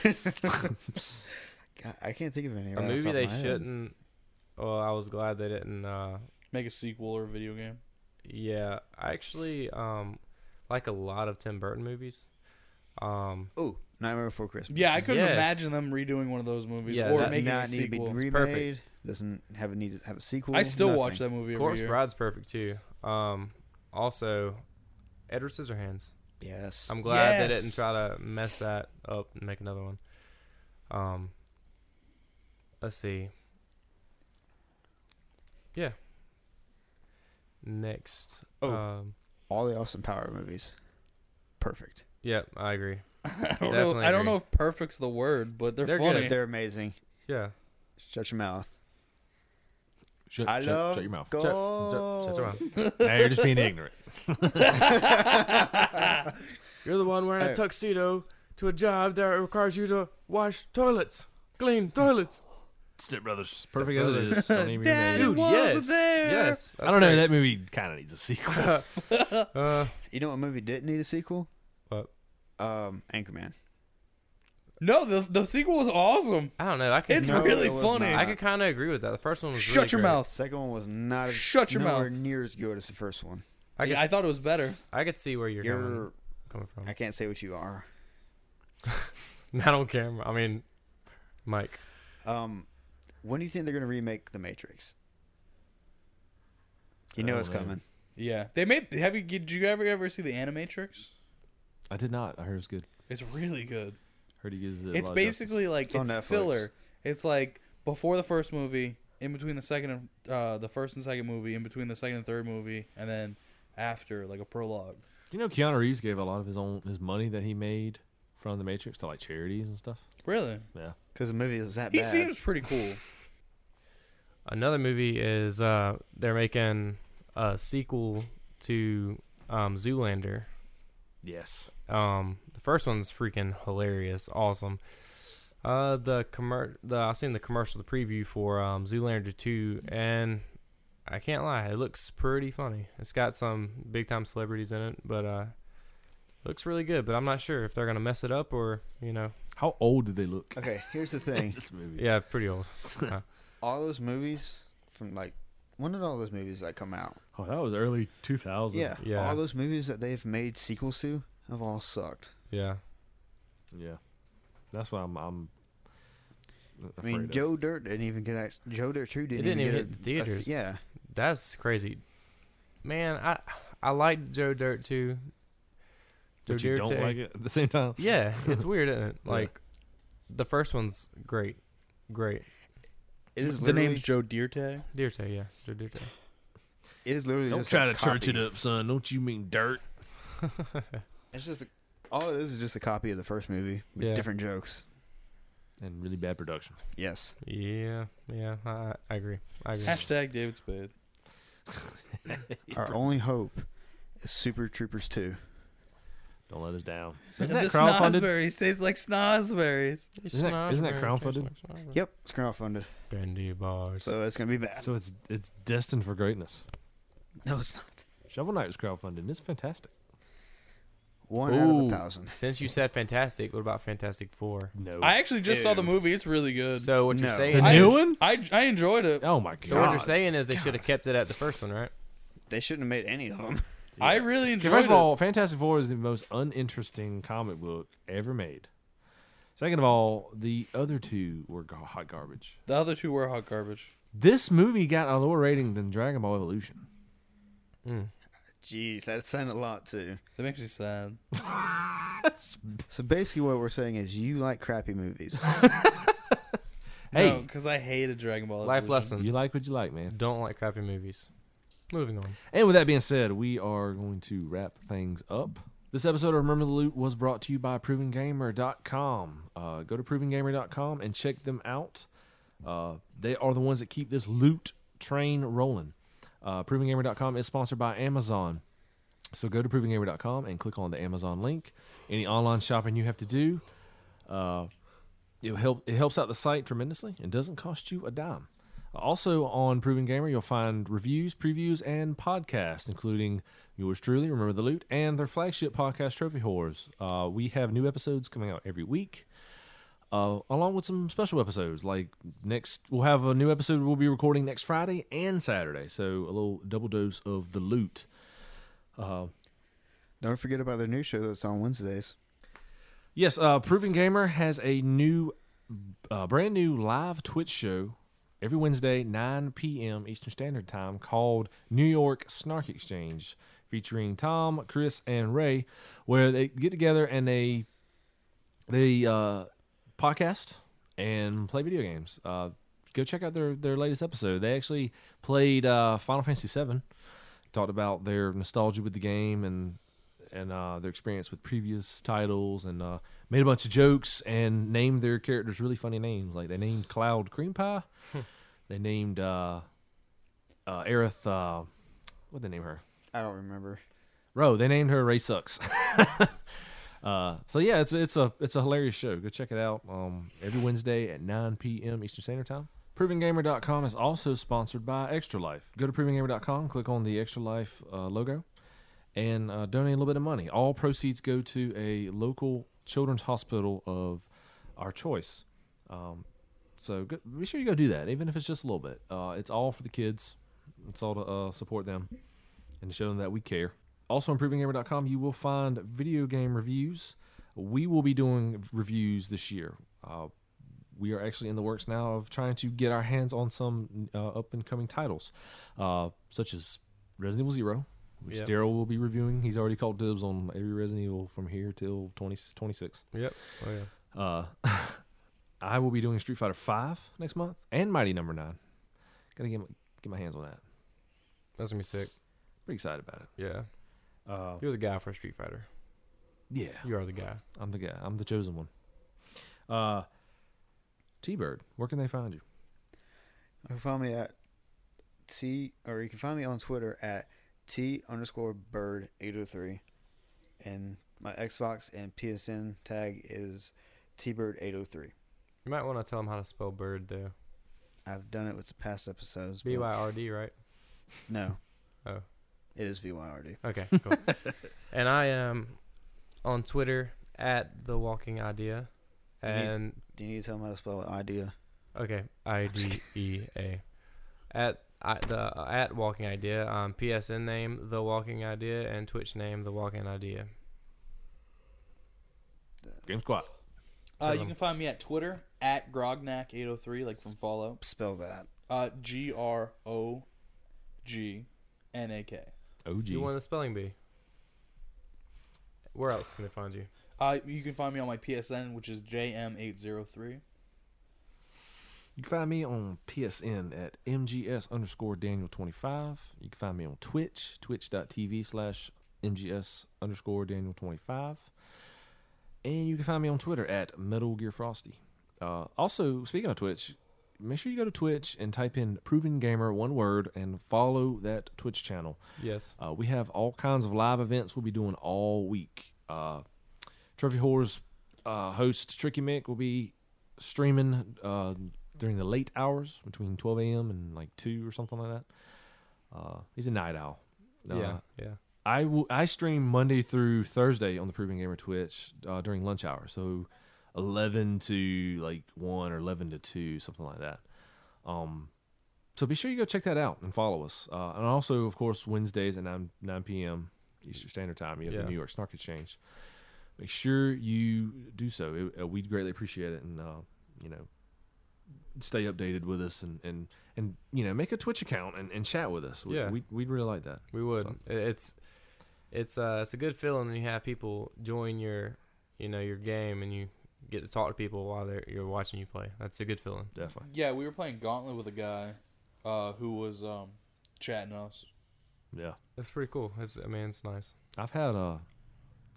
C: God, I can't think of any.
D: A
C: right off
D: movie
C: top of
D: they
C: my head.
D: shouldn't. Well, I was glad they didn't. uh
E: Make a sequel or a video game.
D: Yeah, I actually um like a lot of Tim Burton movies. Um,
C: Ooh, Nightmare Before Christmas.
E: Yeah, I couldn't
D: Yes.
E: imagine them redoing one of those movies
D: Yeah,
E: or
D: does
C: does
E: making a
C: not need to be
E: sequel.
D: re-
C: remade.
D: perfect.
C: Doesn't have a need to have a sequel.
E: I still watch
C: nothing.
E: that movie every
D: Corpse
E: year.
D: Bride's perfect too. Um, also, Edward Scissorhands.
C: Yes.
D: I'm glad they
E: Yes.
D: didn't try to mess that up and make another one. Um, let's see. Yeah. Next.
C: Oh.
D: Um,
C: All the Austin Power movies. Perfect.
D: yep, I agree.
E: I don't know.
D: Definitely
E: I don't
D: agree.
E: know if perfect's the word, but they're,
D: They're
E: funny.
D: good.
C: They're amazing.
D: Yeah.
C: Shut your mouth.
B: Shut,
C: I
B: shut,
C: love
B: shut your mouth.
C: God.
D: Shut- shut- shut your mouth.
B: now you're just being ignorant.
F: You're the one wearing
C: Hey.
F: a tuxedo to a job that requires you to wash toilets, clean toilets.
B: Step Brothers, perfect as it is. Don't even remake
E: Daddy
B: it.
E: Dude, wasn't yes. there.
D: Yes.
B: I don't know. That movie kind of needs a sequel.
D: That- uh,
C: You know what movie didn't need a sequel?
D: What?
C: Um, Anchorman.
E: No, the the sequel was awesome.
D: I don't know. I could.
E: It's
C: No,
E: really
C: it was
E: funny.
C: not.
D: I could kind of agree with that. The first one was.
E: Shut
D: really
E: your
D: great.
E: mouth.
C: Second one was not as,
E: Shut your
C: nowhere
E: mouth.
C: near as good as the first one.
D: I could.
E: Yeah, I thought it was better.
D: I could see where you're,
C: You're
D: coming, coming from.
C: I can't say what you are.
D: Not on camera. I mean, Mike.
C: Um, when do you think they're gonna remake The Matrix? You know
B: Oh,
C: it's
B: man.
C: coming.
E: Yeah, they made. Have you did you ever ever see the Animatrix?
B: I did not. I heard it's good.
E: It's really good.
B: Heard he gives it. a
E: It's
B: lot of
E: basically like
C: It's on
E: it's
C: Netflix.
E: filler. It's like before the first movie, in between the second and uh, the first and second movie, in between the second and third movie, and then after like a prologue.
B: justice. You know, Keanu Reeves gave a lot of his own his money that he made from The Matrix to like charities and stuff.
E: Really,
B: Yeah.
C: Because the movie was that
E: he
C: bad.
E: seems pretty cool.
D: Another movie is uh, they're making a sequel to um, Zoolander.
B: Yes.
D: Um, the first one's freaking hilarious, awesome. Uh, the commer the I seen the commercial, the preview for um Zoolander two, and I can't lie, it looks pretty funny. It's got some big time celebrities in it, but uh, looks really good. But I'm not sure if they're gonna mess it up or you know,
B: How old did they look?
C: okay, here's the thing.
B: This movie.
D: yeah, pretty old.
C: all those movies from like when did all those movies like come out?
B: Oh, that was early 2000s.
C: Yeah,
D: Yeah.
C: all those movies that they've made sequels to have all sucked.
D: Yeah,
B: Yeah. That's why I'm. I'm
C: I mean,
B: afraid of.
C: Joe Dirt didn't even get out. Joe Dirt Two didn't,
D: didn't
C: even,
D: even
C: get
D: hit the
C: a- a-
D: theaters.
C: yeah,
D: that's crazy, man. I I liked Joe Dirt too.
B: But you don't
D: Dirt,
B: like it at the same time.
D: Yeah, it's weird, isn't it? Like, the first one's great, great.
C: it is.
E: the name's
C: literally-
E: Joe Dirte.
D: Deer Tay, yeah. Deer, deer Tay.
C: It is literally.
B: Don't
C: just
B: try
C: a
B: to church it
C: copy.
B: up, son. Don't you mean dirt?
C: It's just a, all it is is just a copy of the first movie with
D: Yeah.
C: different jokes.
B: And really bad production.
C: Yes,
D: Yeah, yeah, I, I agree. I agree.
E: Hashtag David Spade.
C: our only hope is Super Troopers Two.
B: Don't let us down.
E: And
B: Isn't that
E: the
B: crowdfunded?
E: snozzberries taste like snozzberries.
B: Isn't that- isn't that crowdfunded?
C: Yep, it's crowdfunded,
D: Bendy bars.
C: so it's gonna be bad.
B: So it's it's destined for greatness.
C: no, it's not.
B: Shovel Knight was crowdfunded. It's fantastic.
C: One out of a
D: Ooh.
C: thousand.
D: Since you said Fantastic, what about Fantastic Four?
B: No.
E: I actually just saw the
C: Ew.
E: movie. It's really good.
D: So what you're
C: No.
D: saying?
B: Oh, the
E: I-
B: new one?
E: I I enjoyed it.
B: Oh my god.
D: so what you're saying is they should have kept it at the first one, right?
C: They shouldn't have made any of them.
E: I really
B: Okay,
E: enjoyed
B: First of
E: it.
B: all, Fantastic Four is the most uninteresting comic book ever made. Second of all, the other two were gar- hot garbage.
E: the other two were hot garbage.
B: This movie got a lower rating than Dragon Ball Evolution.
C: Jeez, that sounded a lot too.
E: That makes me sad.
C: So basically, what we're saying is you like crappy movies.
B: Hey,
E: because I hated Dragon Ball.
D: Life
E: Evolution.
D: lesson:
B: you like what you like, man.
D: don't like crappy movies. Moving on.
B: And with that being said, we are going to wrap things up. This episode of Remember the Loot was brought to you by ProvingGamer.com. Uh, go to ProvingGamer.com and check them out. Uh, they are the ones that keep this loot train rolling. Uh, ProvingGamer.com is sponsored by Amazon. So go to ProvingGamer.com and click on the Amazon link. Any online shopping you have to do, uh, it help it helps out the site tremendously and doesn't cost you a dime. Also on Proven Gamer, you'll find reviews, previews, and podcasts, including yours truly, Remember the Loot, and their flagship podcast, Trophy Whores. Uh, we have new episodes coming out every week, uh, along with some special episodes. Like next, we'll have a new episode we'll be recording next Friday and Saturday, so a little double dose of the loot.
C: Don't forget about their new show that's on Wednesdays.
B: Yes, uh, Proven Gamer has a new, uh, brand new live Twitch show every Wednesday, 9 p.m. Eastern Standard Time, called New York Snark Exchange, featuring Tom, Chris, and Ray, where they get together and they they uh, podcast and play video games. Uh, go check out their their latest episode. They actually played uh, Final Fantasy VII, talked about their nostalgia with the game and and uh, their experience with previous titles, and uh, made a bunch of jokes and named their characters really funny names. Like they named Cloud Cream Pie, they named uh, uh, Aerith. Uh, what they name her?
C: I don't remember.
B: Ro. They named her Ray sucks. uh, so yeah, it's it's a it's a hilarious show. Go check it out. Um, every Wednesday at 9 p.m. Eastern Standard Time. ProvingGamer.com is also sponsored by Extra Life. Go to ProvingGamer.com, click on the Extra Life uh, logo, and uh, donate a little bit of money. All proceeds go to a local children's hospital of our choice. Um, so go, be sure you go do that, even if it's just a little bit. Uh, it's all for the kids. It's all to uh, support them and show them that we care. Also, on ProvingGamer.com, you will find video game reviews. We will be doing reviews this year. Uh, we are actually in the works now of trying to get our hands on some uh, up and coming titles, uh, such as Resident Evil Zero, which
D: Yep.
B: Daryl will be reviewing. He's already called dibs on every Resident Evil from here till 20, 26.
D: Yep. Oh yeah.
B: Uh, I will be doing Street Fighter Five next month and Mighty Number Nine. Gotta get my, get my hands on that.
D: That's gonna be sick.
B: Pretty excited about it.
D: Yeah.
B: Uh,
D: You're the guy for Street Fighter.
B: yeah,
D: You are the guy.
B: I'm the guy. I'm the chosen one. Uh, T Bird, where can they find you?
C: You can find me at T, or you can find me on Twitter at T underscore bird 803. And my Xbox and PSN tag is T-Bird 803.
D: You might want to tell him how to spell bird though.
C: I've done it with the past episodes. but
D: B Y R D, right?
C: No.
D: Oh.
C: It is BYRD.
D: Okay, cool. and I am on Twitter at the Walking Idea,
C: You need-
D: and
C: Do you need to tell them how to spell idea?
D: okay, I D E A, at I, the at Walking Idea. Um, PSN name the Walking Idea and Twitch name the Walking Idea.
B: Game Squad.
E: Uh, you
D: them.
E: can find me at Twitter at grognak803, like from Fallout.
C: Spell that.
E: Uh, G R O G N A K.
B: OG.
D: You won the spelling bee. Where else can they find you?
E: Uh, you can find me on my PSN, which is JM803.
B: You can find me on PSN at MGS underscore Daniel 25. You can find me on Twitch, twitch.tv slash MGS underscore Daniel 25. And you can find me on Twitter at Metal Gear Frosty. Uh, also, speaking of Twitch, make sure you go to Twitch and type in Proven Gamer, one word, and follow that Twitch channel.
D: Yes.
B: Uh, we have all kinds of live events we'll be doing all week. Uh, Trophy Whores uh, host Tricky Mick will be streaming uh, during the late hours between 12 a.m. and like 2 or something like that. Uh, he's a night owl. Uh,
D: yeah. Yeah.
B: I will. I stream Monday through Thursday on the Proving Gamer Twitch uh, during lunch hour, so eleven to like one or eleven to two, something like that. Um, so be sure you go check that out and follow us. Uh, and also, of course, Wednesdays at nine nine p.m. Eastern Standard Time, you have
D: Yeah.
B: the New York Snark Exchange. Make sure you do so. It, uh, we'd greatly appreciate it, and uh, you know, stay updated with us, and and and you know, make a Twitch account and, and chat with us. We,
D: Yeah.
B: we, we'd really like that.
D: We would.
B: So-
D: I- It's it's uh it's a good feeling when you have people join your you know your game and you get to talk to people while they're you're watching you play. That's a good feeling.
B: Definitely.
E: Yeah, we were playing Gauntlet with a guy uh, who was um, chatting us.
B: Yeah.
D: That's pretty cool. It's, I mean, it's nice.
B: I've had uh,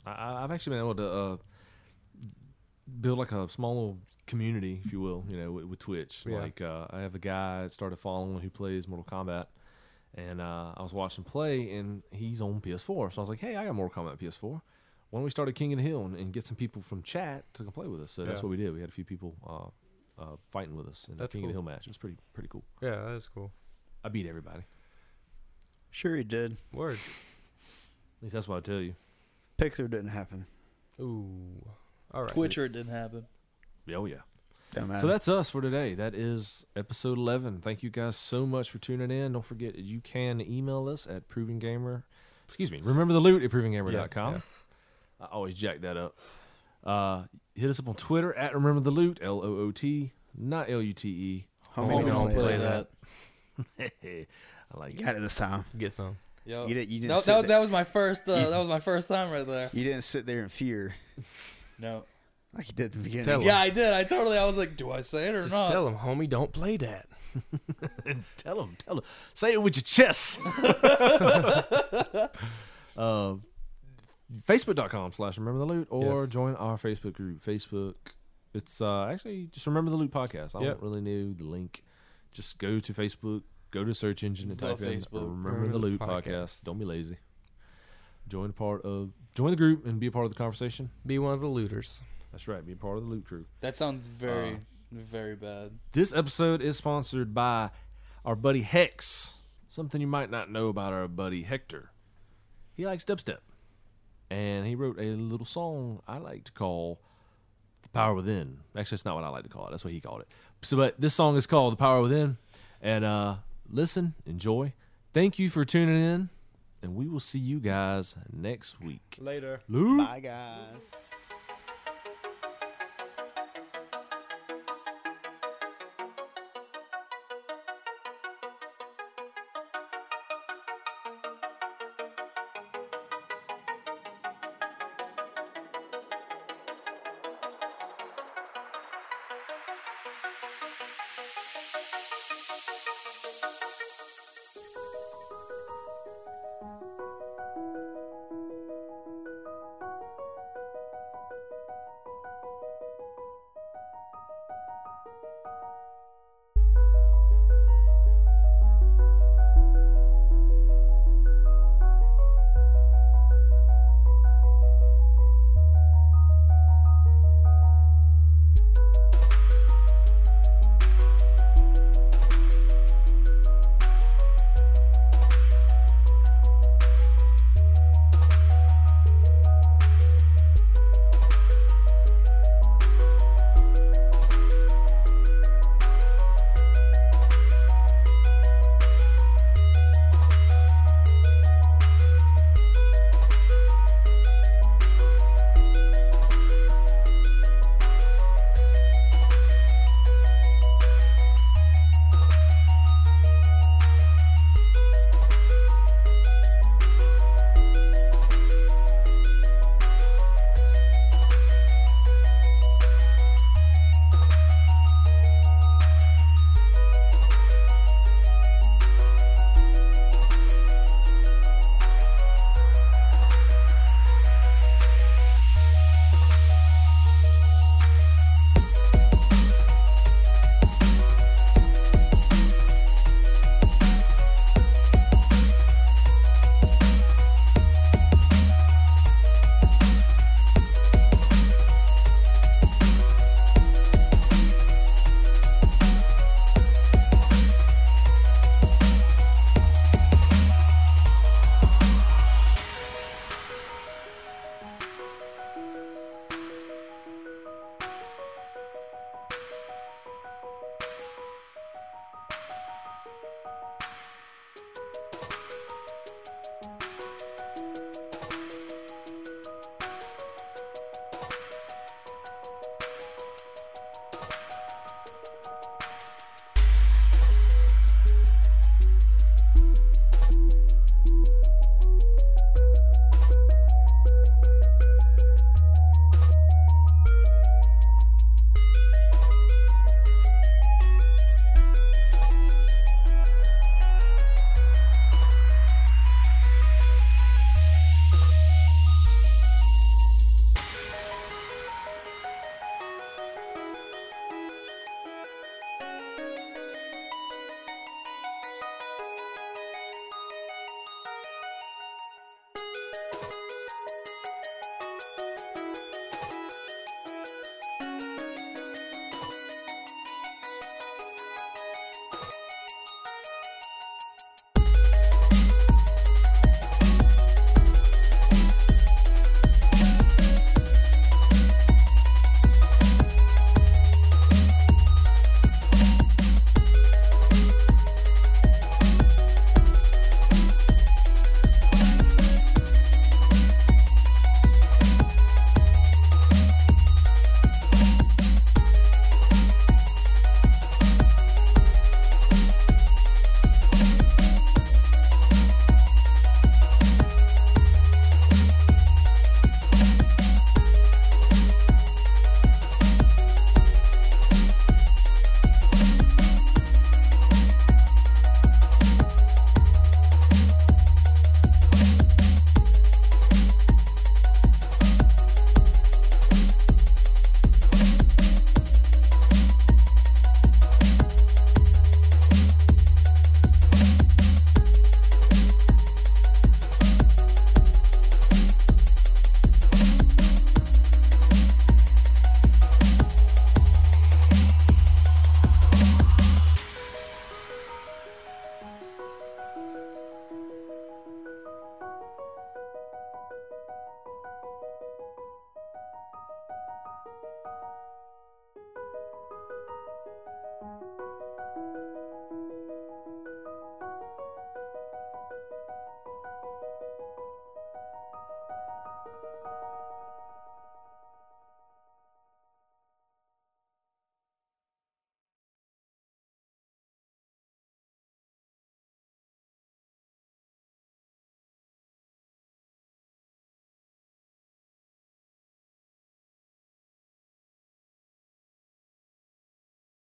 B: I- I, I've actually been able to uh, build like a small little community, if you will, you know, with, with Twitch.
D: Yeah.
B: Like uh, I have a guy I started following who plays Mortal Kombat, and uh, I was watching play, and he's on PS4, so I was like, hey, I got Mortal Kombat PS4. Why don't we start at King of the Hill and, and get some people from chat to come play with us? So that's
D: Yeah.
B: what we did. We had a few people uh, uh, fighting with us in the
D: That's
B: King of the
D: cool.
B: Hill match. It was pretty pretty cool.
D: Yeah, that is cool.
B: I beat everybody. At
C: Sure he did.
D: Word.
B: least that's what I tell you.
C: Pixar didn't happen.
D: Ooh. All right.
E: Twitcher, it didn't happen.
B: Oh yeah.
C: Don't matter.
B: So that's us for today. That is episode 11. Thank you guys so much for tuning in. Don't forget, you can email us at Proving Gamer. Excuse me. Remember the loot at provinggamer.com.
D: Yeah,
B: I always jack that up. Uh, hit us up on Twitter at Remember the Loot, L O O T, not L U T E.
C: Homie,
E: Homie,
C: don't
D: don't
C: play
D: play
C: that.
D: that.
B: I like
C: You
B: it.
C: got it this time.
D: Get some.
E: Yep.
C: You, did, you, didn't
E: that,
C: sit
E: that,
C: there,
E: that was my first. Uh,
C: You-
E: that was my first time right there.
C: you didn't sit there in fear
E: No.
C: like you did at the beginning.
D: Tell
E: Yeah, I did. I totally. I was like, do I say it or
D: Just
E: not?
D: tell him, homie, don't play that.
B: Tell them, tell them. Say it with your chest. uh, Facebook.com slash remember the loot or
D: Yes.
B: join our Facebook group. Facebook, it's uh, actually just remember the loot podcast. I
D: Yep.
B: don't really know the link. Just go to Facebook, Go to search engine and
E: Go
B: type in
E: Facebook.
B: "Remember the Loot podcast. Don't be lazy. Join part of join the group and be a part of the conversation.
D: Be one of the looters.
B: That's right. Be a part of the Loot crew.
E: That sounds very,
B: Uh,
E: very bad.
B: This episode is sponsored by our buddy Hex. Something you might not know about our buddy Hector. He likes dubstep. And he wrote a little song I like to call The Power Within. Actually, it's not what I like to call it. That's what he called it. So, but this song is called The Power Within. And uh, listen, enjoy. Thank you for tuning in. And we will see you guys next week.
D: Later.
B: Lou.
C: Bye, guys.